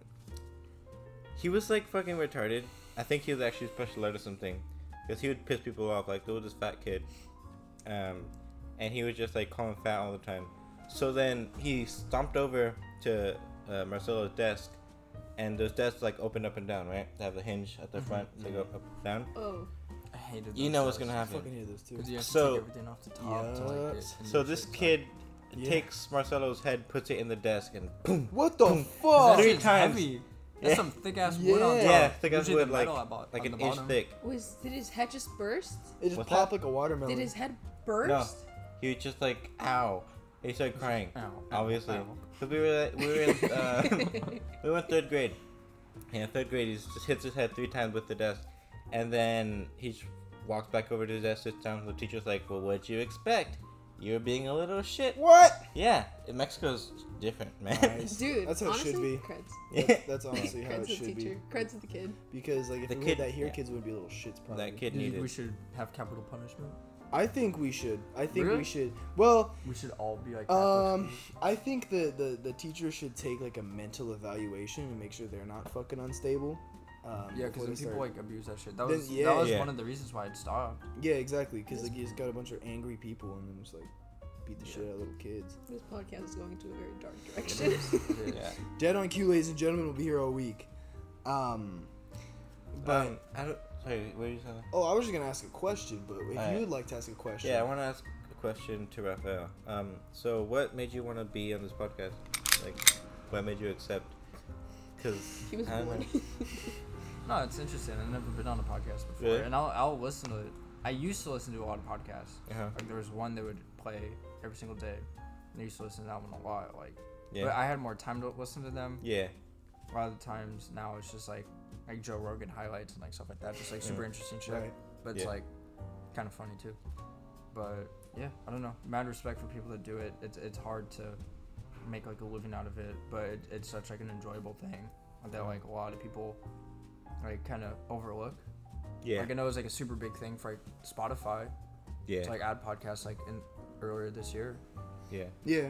S2: He was like fucking retarded. I think he was actually special ed or something, because he would piss people off. Like there was this fat kid, um, and he was just like calling fat all the time. So then he stomped over to uh, Marcelo's desk, and those desks like opened up and down, right? They have a hinge at the
S10: Mm-hmm.
S2: front, they go up and down.
S3: Oh.
S5: I hated. Those
S2: You know what's
S5: guys.
S2: gonna
S10: I
S2: happen.
S10: fucking hate those two.
S5: Because you have to
S2: So-
S5: take everything off the top to
S10: Yeah.
S5: like get. in
S2: So
S5: your
S2: this
S5: face, like-
S2: kid
S10: Yeah.
S2: takes Marcelo's head, puts it in the desk, and boom.
S10: What the
S5: That
S10: fuck?
S2: Three
S5: shit's
S2: times.
S5: Heavy. That's
S2: Yeah.
S5: some thick ass wood on
S10: Yeah.
S5: top.
S2: Yeah, thick as
S5: Usually the
S2: wood, like
S5: metal I bought
S2: like
S5: on
S2: an
S5: the
S2: inch
S5: bottom.
S2: thick.
S3: Was did his head just burst?
S10: It just
S2: What's
S10: popped
S2: that?
S10: like a watermelon.
S3: Did his head
S2: No,
S3: burst?
S2: he was just like, "Ow!" And he started crying.
S5: Ow, ow,
S2: obviously,
S5: ow.
S2: but we were we were in uh, we were in third grade. Yeah, third grade. He just hits his head three times with the desk, and then he just walks back over to his desk, sits down. The teacher's like, "Well, what'd you expect? You're being a little shit."
S10: What?
S2: Yeah, in Mexico's different, man.
S3: Dude,
S10: That's how it
S3: honestly,
S10: should be.
S3: creds.
S10: That's, that's honestly how
S3: Creds
S10: it
S3: to the
S10: should be.
S3: teacher. Creds to the kid.
S10: Because like if
S2: The
S10: we
S2: kid-
S10: had that here,
S2: yeah.
S10: kids would be little shits probably.
S2: That kid
S5: Dude, we
S2: needed.
S5: should have capital punishment.
S10: I think we should. I think we
S5: Really?
S10: should. Well,
S5: We should all be like. capital
S10: um, I think the, the the teacher should take like a mental evaluation and make sure they're not fucking unstable. Um,
S5: Yeah,
S10: before
S5: because when
S10: they
S5: people
S10: start-
S5: like abuse that shit, that
S10: Then-
S5: was
S10: yeah,
S5: that was
S2: yeah.
S5: one of the reasons why it stopped.
S10: yeah, exactly. Because like you just got a bunch of angry people and then just like beat the shit out of little kids.
S3: This podcast is going to a very dark direction.
S2: Yeah.
S10: Dead on cue, ladies and gentlemen. We'll be here all week. Um, but
S2: Um, I don't. Sorry, what are you saying?
S10: oh, I was just gonna ask a question, but if
S2: Alright.
S10: you would like to ask a question,
S2: Yeah, I want to ask a question to Raphael. Um, so what made you want to be on this podcast? Like, what made you accept? Because
S3: he was
S2: I don't
S3: born.
S2: know.
S5: No, it's interesting. I've never been on a podcast before,
S2: Really?
S5: and I'll I'll listen to it. I used to listen to a lot of podcasts.
S2: Uh-huh.
S5: Like there was one that would play every single day, and I used to listen to that one a lot. Like,
S2: Yeah.
S5: but I had more time to listen to them.
S2: Yeah.
S5: A lot of the times now it's just like like Joe Rogan highlights and like stuff like that, just like super interesting shit.
S10: Right.
S5: But it's
S2: Yeah.
S5: like kind of funny too. But yeah, I don't know. Mad respect for people that do it. It's it's hard to make like a living out of it, but it, it's such like an enjoyable thing that like a lot of people like kind of overlook.
S2: Yeah.
S5: Like I know it's like a super big thing for like Spotify
S2: yeah.
S5: to like add podcasts like in earlier this year
S2: yeah.
S10: yeah.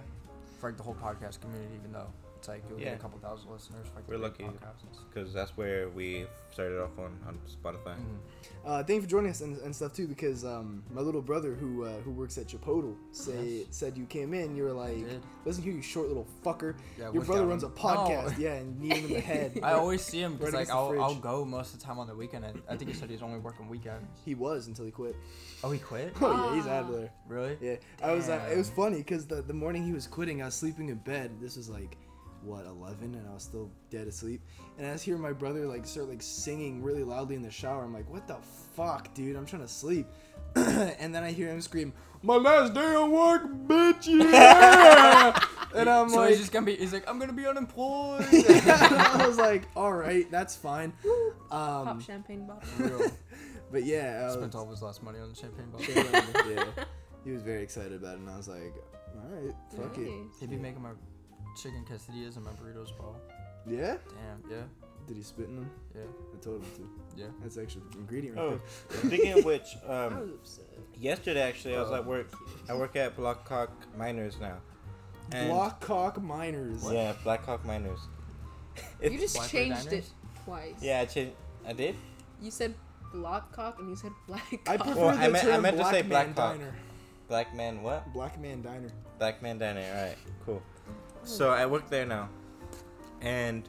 S5: for like the whole podcast community. Even though it's like you'll
S2: Yeah.
S5: get a couple thousand listeners. For, like, the
S2: We're
S5: big
S2: lucky.
S5: Podcasts.
S2: Because that's where we started off on on Spotify.
S5: Mm-hmm.
S10: Uh, thank you for joining us and, and stuff too, because um, my little brother who uh, who works at Chipotle say said you came in. You were like,
S5: did.
S10: "Listen here, you short little fucker.
S5: Yeah,
S10: Your
S5: look
S10: brother
S5: at
S10: runs a
S5: him."
S10: podcast,
S5: No.
S10: yeah, and knee him in the head."
S5: I always see him
S10: Right
S5: because
S10: against
S5: like
S10: the
S5: I'll, I'll
S10: fridge.
S5: go most of the time on the weekend. And I think he said he's only working weekends.
S10: he was until he quit.
S5: Oh, he quit?
S10: Oh yeah, he's out of there.
S5: Really?
S10: Yeah, I was. Uh, it was
S5: Damn.
S10: funny because the the morning he was quitting, I was sleeping in bed. This was like what 11 and i was still dead asleep and i just hear my brother like start like singing really loudly in the shower i'm like what the fuck dude i'm trying to sleep and then i hear him scream my last day of work bitch yeah
S4: And I'm
S10: so
S4: like,
S10: he's just gonna be. He's like, I'm gonna be unemployed.
S4: I was like, all right, that's fine.
S3: Pop
S4: Um,
S3: champagne bottle.
S10: Real.
S4: but yeah, I was,
S10: Spent all of his last money on the champagne bottle.
S4: yeah, he was very excited about it, and I was like, all right, fuck it.
S3: Nice.
S10: He'd be making my chicken quesadillas and my burritos, bro.
S4: Yeah?
S10: Damn. Yeah.
S4: Did he spit in them?
S10: Yeah.
S4: I told him to.
S10: Yeah.
S4: That's actually an ingredient. Right
S2: Oh, speaking of which,
S3: I was
S2: um,
S3: upset.
S2: yesterday actually I was at work. I work at Blackcock Miners now.
S4: there.
S2: And
S4: Blockcock miners.
S2: Yeah, Blackhawk Miners.
S3: You just
S10: Black Bear
S3: changed it
S10: Diners?
S3: twice.
S2: yeah, I changed. I did.
S3: You said block cock and you said black
S4: I
S3: cock.
S4: prefer
S2: Well,
S4: the
S2: I meant- I
S4: term
S2: meant to
S4: black
S2: say
S4: man
S2: Black Hawk.
S4: diner.
S2: Black man, what?
S4: Black man diner.
S2: Black man diner. All right, cool.
S4: Oh.
S2: So I work there now, and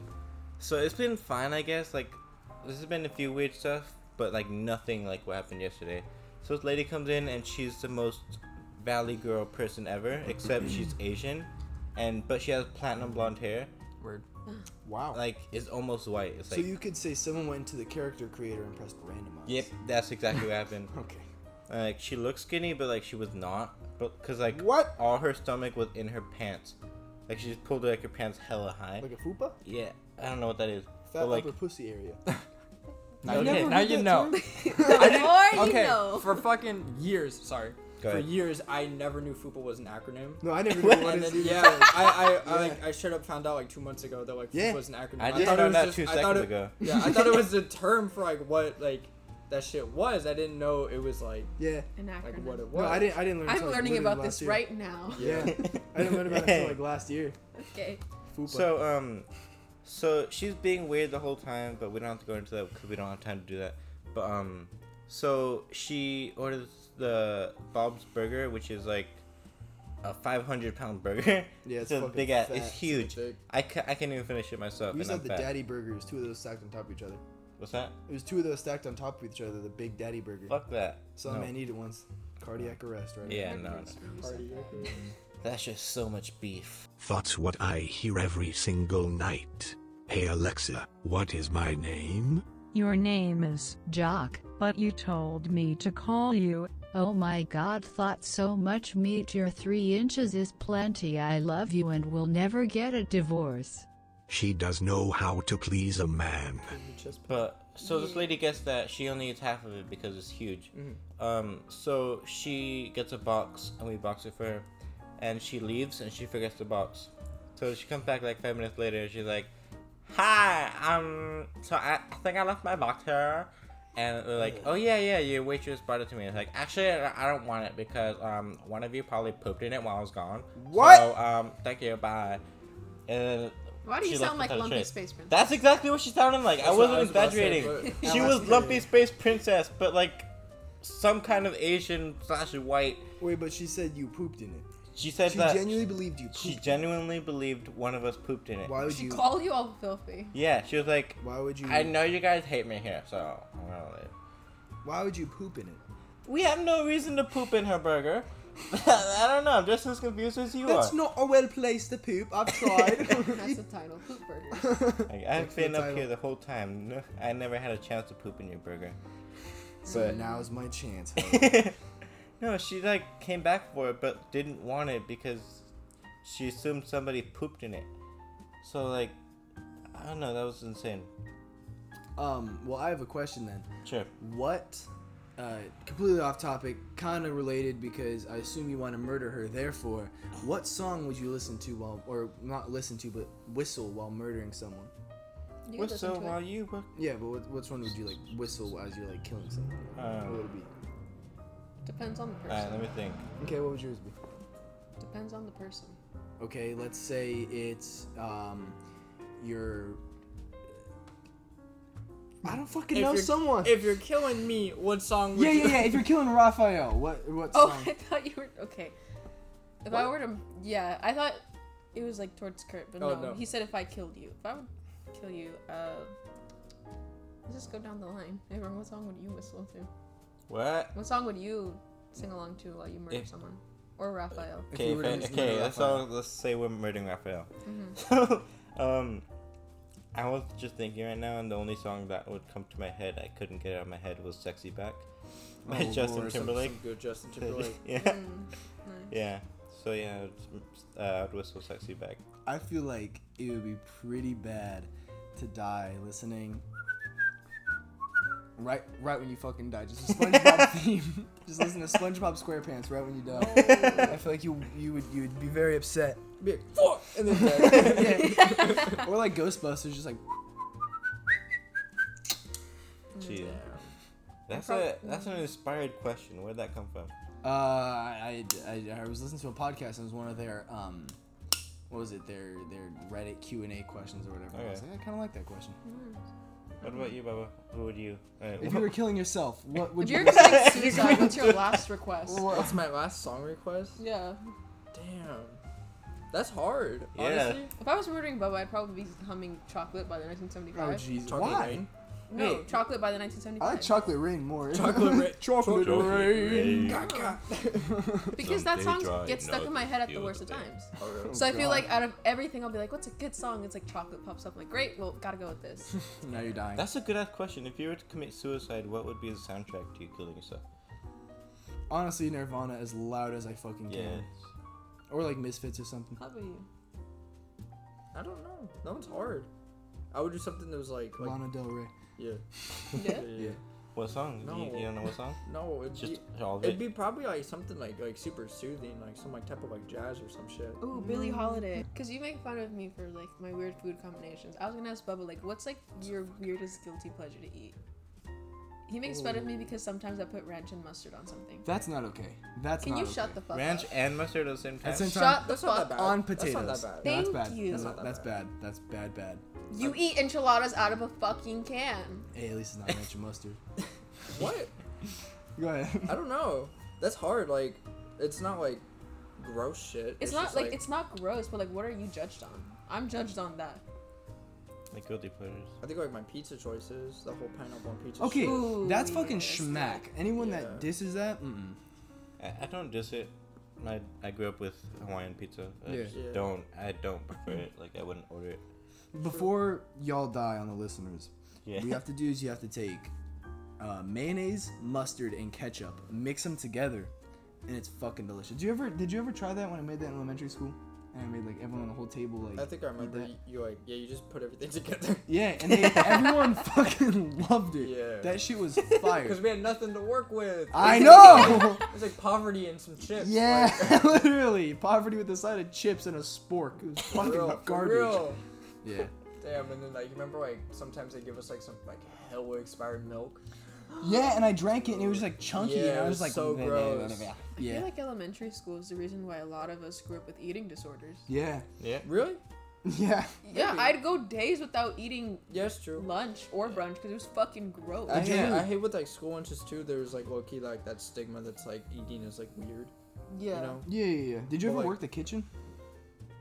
S2: so it's been fine, I guess. Like, this has been a few weird stuff, but like nothing like what happened yesterday. So this lady comes in and she's the most valley girl person ever, except she's Asian, and but she has platinum blonde hair.
S10: Word.
S4: Wow.
S2: Like, it's almost white. It's
S4: so
S2: like,
S4: you could say someone went to the character creator and pressed randomize.
S2: yep, that's exactly what happened.
S4: Okay.
S2: Like she looked skinny, but like she was not. But cause like
S4: What?
S2: all her stomach was in her pants. Like she just pulled like her pants hella high.
S4: Like a fupa?
S2: yeah, I don't know what that is.
S4: Fat
S2: But like
S4: upper pussy area.
S10: Now
S2: Okay.
S10: you,
S2: Never
S10: now
S4: heard
S10: you
S4: that
S10: know. I didn't-
S3: or you
S10: okay,
S3: know.
S10: for fucking years. Sorry.
S2: Go
S10: for
S2: ahead.
S10: years, I never knew FUPA was an acronym.
S4: No, I never knew what
S10: And
S4: it
S10: then,
S4: is.
S10: yeah,
S4: either.
S10: I, I, I,
S4: Yeah.
S10: like, I straight up found out like two months ago that like
S4: Yeah.
S10: FUPA was an acronym.
S2: I just
S10: thought it
S2: found
S10: was
S2: out two
S10: I thought
S2: seconds
S10: it-
S2: ago.
S10: Yeah, I thought it was a term for like what like that shit was. I didn't know it was like
S4: Yeah.
S3: An
S10: like
S3: acronym.
S10: what it was.
S4: No, I didn't. I didn't learn.
S3: I'm
S4: until, like,
S3: learning
S4: literally
S3: about
S4: last
S3: this
S4: year.
S3: right now.
S4: Yeah. I didn't learn about it until like last year.
S3: Okay.
S4: Fupa.
S2: So um, so she's being weird the whole time, but we don't have to go into that because we don't have time to do that. But um, so she orders the Bob's Burger, which is like a 500 pound burger.
S4: Yeah, it's
S2: a
S4: fucking
S2: big ass.
S4: fat.
S2: It's
S4: It's
S2: huge.
S5: big.
S2: I, ca- I can't even finish it myself.
S4: we used
S2: And
S4: to
S2: I'm
S4: have the
S2: fat.
S4: daddy burgers, two of those stacked on top of each other.
S2: What's that?
S4: It was two of those stacked on top of each other, the big daddy burger.
S2: Fuck that.
S4: Saw
S2: No.
S4: a man eat it once. Cardiac arrest, right?
S2: Yeah, no, no. That's just so much beef.
S1: That's what I hear every single night. Hey Alexa, what is my name?
S12: Your name is Jock, but you told me to call you. Oh my god, thought so much meat, your three inches is plenty. I love you and will never get a divorce.
S1: She does know how to please a man.
S2: But so this lady gets that she only eats half of it because it's huge. Um, so she gets a box and we box it for her, and she leaves and she forgets the box. So she comes back like five minutes later. and She's like, "Hi, um, so I, I think I left my box here." And they're like, "Oh yeah, yeah, your waitress brought it to me." It's like, actually, I I don't want it because um, one of you probably pooped in it while I was gone.
S4: What?
S2: So, um, thank you, bye. And then
S3: Why do you
S2: she left
S3: sound
S2: without
S3: like
S2: a
S3: Lumpy
S2: trace.
S3: Space Princess?
S2: That's exactly what she sounded like. I
S5: That's what
S2: wasn't
S5: I was about to say,
S2: exaggerating.
S5: but-
S2: she
S4: Yeah,
S2: was
S4: that's
S2: Lumpy
S4: good.
S2: Space Princess, but like some kind of Asian slash white.
S4: Wait, but she said you pooped in it.
S2: She said
S4: She
S2: that
S4: genuinely believed you pooped.
S2: she
S4: in it.
S2: genuinely believed one of us pooped in it.
S4: Why would
S3: She
S4: you?
S3: called you all filthy.
S2: Yeah, she was like,
S4: Why would you?
S2: "I know you guys hate me here, so I'm gonna leave."
S4: Why would you poop in it?
S2: We have no reason to poop in her burger. I don't know. I'm just as confused as you
S4: That's
S2: are.
S4: not a well placed to poop. I've tried.
S3: That's the title. Poop burgers.
S2: Like, I've
S4: Thanks for
S2: been
S4: the
S2: up
S4: title.
S2: here the whole time. No, I never had a chance to poop in your burger.
S4: so now's my chance.
S2: No, she like came back for it, but didn't want it because she assumed somebody pooped in it. So like, I don't know. That was insane.
S4: um. Well, I have a question then.
S2: Sure.
S4: What? Uh, completely off topic, kind of related because I assume you want to murder her. Therefore, what song would you listen to while, or not listen to, but whistle while murdering someone?
S3: You
S2: What's
S3: listen
S2: so
S3: to it.
S2: while you were
S4: Yeah, but what, which one would you like whistle as you're like killing someone?
S5: Uh.
S2: Um,
S4: what would it be?
S3: Depends on the person.
S2: Alright, let me think.
S4: Okay, what would yours be?
S3: Depends on the person.
S4: Okay, let's say it's um, your. I don't fucking
S5: If
S4: know
S5: you're-
S4: someone.
S5: If you're killing me, what song? Would
S4: yeah,
S5: you
S4: yeah, yeah. If you're killing Raphael, what what
S3: Oh,
S4: song?
S3: I thought you were okay. If I were to, yeah, I thought it was like towards Kurt, but
S5: Oh,
S3: no,
S5: no.
S3: he said if I killed you, if I would kill you, uh, let's just go down the line. Everyone, what song would you whistle to?
S2: What?
S3: What song would you sing along to while you murder
S2: If-
S3: someone or Raphael?
S2: Okay,
S4: you were to
S2: fa-
S4: just
S2: okay.
S4: murder
S2: Let's
S4: Raphael.
S2: all let's say we're murdering Raphael.
S3: Mm-hmm.
S2: So, um, I was just thinking right now, and the only song that would come to my head, I couldn't get it out of my head, was "Sexy Back" by
S5: Oh,
S2: Justin
S5: Lord, some-
S2: Timberlake.
S5: some good Justin Timberlake.
S2: yeah.
S3: nice.
S2: Yeah. So yeah, it's, uh, I'd whistle sexy back.
S4: I feel like it would be pretty bad to die listening. Right, right when you fucking die, just a SpongeBob theme. Just listen to SpongeBob SquarePants right when you die. I feel like you you would you would be very upset. Be like, fuck, and then dead. Yeah. Or like Ghostbusters, just like
S2: Gee, that's a that's an inspired question. Where'd that come from?
S4: uh, I, I I was listening to a podcast and it was one of their um, what was it their their Reddit Q and A questions or whatever. I was
S2: Okay.
S4: like, I kind of like that question.
S2: What about you, Bubba? Who would you? alright,
S4: If you
S2: wh-
S4: were killing yourself, what would
S3: If
S4: you?
S3: you're committing suicide, what's your last request?
S5: What's my last song request?
S3: Yeah.
S5: Damn. That's hard.
S2: Yeah.
S5: Honestly.
S3: If I was murdering Bubba, I'd probably be humming Chocolate by the 1975.
S5: Chocolate
S4: Why?
S5: rain.
S3: No,
S5: Hey.
S3: Chocolate by the
S4: Oh, I
S3: 1975.
S4: like chocolate rain more.
S5: Chocolate rain.
S4: chocolate,
S5: Chocolate
S4: rain.
S5: rain.
S3: Oh. because that
S2: Someday
S3: song
S2: try
S3: gets stuck
S2: not
S3: in my
S2: to
S3: head at the
S2: feel
S3: worst
S2: the
S3: of
S2: pain.
S3: times.
S4: Oh,
S3: so I feel
S4: God.
S3: like out of everything, I'll be like, "What's a good song?" It's like chocolate pops up. I'm like, great, well, gotta go with this.
S4: now you're dying.
S2: That's a good ass question. If you were to commit suicide, what would be the soundtrack to you killing yourself?
S4: Honestly, Nirvana as loud as I fucking
S2: Yeah.
S4: can, or like Misfits or something.
S3: How about you?
S5: I don't know. That one's hard. I would do something that was like, like
S4: Lana Del Rey.
S5: yeah.
S3: Yeah.
S5: yeah.
S2: What song?
S5: No.
S2: You, you don't know what song?
S5: No, it'd
S2: Just
S5: be,
S2: all of
S5: it'd
S2: it.
S5: be probably like something like like super soothing, like some like type of like jazz or some shit.
S4: Oh,
S3: Ooh, Billie Holiday. Because you make fun of me for like my weird food combinations. I was gonna ask Bubba like, what's like your weirdest guilty pleasure to eat? He makes fun of me because sometimes I put ranch and mustard on something.
S4: That's not okay. That's
S3: Can
S4: not
S3: you
S4: okay.
S3: shut the fuck
S2: Ranch
S3: up?
S2: and mustard at the same time.
S4: At the same time,
S3: Shut the
S5: That's not
S3: fuck
S5: that
S3: up.
S5: bad.
S4: on
S5: That's
S4: potatoes.
S5: not that bad.
S4: No, that's
S3: Thank
S4: bad.
S3: you.
S4: That's,
S3: That's
S4: not- that's bad. That's bad. Bad.
S3: You eat enchiladas out of a fucking can.
S4: Hey, at least it's not ranch and mustard.
S5: What?
S4: Go ahead.
S5: I don't know. That's hard. Like, it's not like gross shit.
S3: It's, not
S5: just,
S3: like, it's not gross, but like, what are you judged on? I'm judged on that.
S2: Like guilty pleasures.
S5: I think like my pizza choices, the whole pineapple on pizza.
S4: Okay,
S5: shit.
S3: Ooh,
S4: that's fucking
S3: yes.
S4: schmack. Anyone that
S5: Yeah.
S4: disses that, mm-mm.
S2: I, I don't diss it. I, I grew up with Hawaiian pizza. I
S4: Yeah.
S2: just
S5: Yeah.
S2: don't I don't prefer it. Like I wouldn't order it.
S4: Before y'all die on the listeners,
S2: Yeah.
S4: what you have to do is you have to take uh, mayonnaise, mustard, and ketchup, mix them together, and it's fucking delicious. Did you ever did you ever try that when I made that in elementary school? And I made like everyone on the whole table like.
S5: I think I
S4: eat
S5: remember
S4: that.
S5: you, you like yeah, you just put everything together.
S4: Yeah, and they, everyone fucking loved it.
S5: Yeah.
S4: That shit was
S5: Because
S4: fire.
S5: we had nothing to work with.
S4: I know.
S5: It's like poverty and some chips.
S4: yeah,
S5: like,
S4: literally poverty with a side of chips and a spork. It was
S5: for
S4: fucking
S5: real, for
S4: garbage.
S5: real.
S4: Yeah.
S5: Damn, and then like you remember like sometimes they give us like some like hella expired milk.
S4: Yeah, and I drank it and it was like chunky and
S5: Yeah,
S4: I
S5: it
S4: was
S5: was
S4: like
S5: so gross.
S3: I
S4: Yeah.
S3: feel like elementary school is the reason why a lot of us grew up with eating disorders.
S4: Yeah.
S2: Yeah.
S5: Really?
S4: Yeah.
S3: Yeah, I'd go days without eating
S5: Yes, true.
S3: lunch or brunch because it was fucking gross.
S5: I hate,
S4: Dude.
S5: I hate with like school lunches too. There's like low key like that stigma that's like eating is like weird.
S3: yeah.
S5: You know?
S4: Yeah, yeah, yeah. Did you
S5: But,
S4: ever
S5: like-
S4: work the kitchen?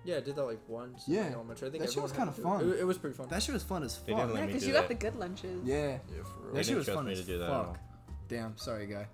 S5: Yeah, I did that like once. in, like,
S4: Yeah.
S5: elementary. I think
S4: That shit was
S5: everyone had
S4: kinda
S5: to do it.
S4: fun.
S5: It, it was pretty fun.
S4: That shit was fun as
S2: They didn't
S4: fuck.
S2: let me
S3: Yeah, because
S2: do
S3: you
S2: that.
S3: got the good lunches.
S4: Yeah.
S5: yeah, for
S4: That
S5: real.
S2: didn't
S4: shit was
S2: trust
S4: fun
S2: me to
S4: as
S2: do that at
S4: fuck.
S2: all.
S4: Damn, sorry guy.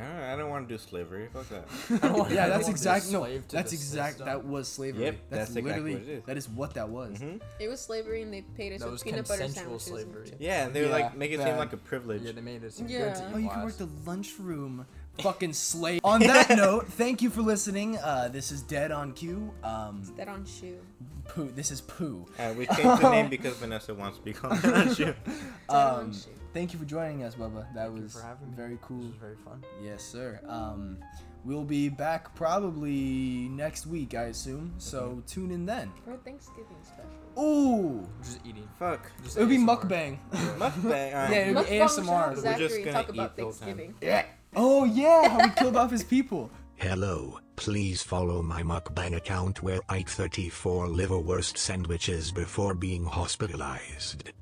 S2: I don't want to do slavery. Fuck that.
S4: yeah, that's
S5: be
S4: exact. No,
S5: slave to
S4: that's
S5: the
S4: exact.
S5: system.
S4: That was slavery.
S2: Yep,
S4: that's,
S2: that's exactly
S4: literally.
S2: what it is. Mm-hmm.
S4: That is what that was.
S3: It was slavery, and they paid us
S10: That
S3: with
S10: was
S3: peanut butter
S10: consensual
S3: sandwiches. and
S10: slavery.
S3: chips.
S2: Yeah, and they were like
S4: Yeah,
S2: make it
S4: bad.
S2: seem like a privilege.
S10: Yeah, they made it seem
S3: Yeah.
S10: good to
S3: Oh,
S4: Oh, you can work
S10: class.
S4: the lunchroom. Fucking slave. On that note, thank you for listening. Uh, this is Dead on Cue. Um,
S3: That on shoe.
S4: poo. This is poo.
S2: Uh, we changed the name because Vanessa wants to be called that. She-
S3: Dead on
S4: Um,
S3: shoe.
S4: Thank you for joining us, Bubba. That
S10: Thank you
S4: was
S10: for having me.
S4: very
S10: This
S4: cool.
S10: was very fun.
S4: Yes, sir. Um, we'll be back probably next week, I assume. So tune in then.
S3: For Thanksgiving special.
S4: Ooh,
S10: Just eating.
S2: Fuck.
S10: Just
S4: it would be
S10: ASMR.
S4: mukbang.
S2: Mukbang. alright.
S4: Yeah, it would be
S3: Mukbang, we should have
S4: ASMR.
S2: We're just
S3: Zachary
S2: gonna
S3: talk
S2: eat
S3: about
S2: the whole time.
S3: Thanksgiving.
S4: Oh yeah, how he killed off his people.
S1: Hello, please follow my mukbang account where I eat 34 liverwurst sandwiches before being hospitalized.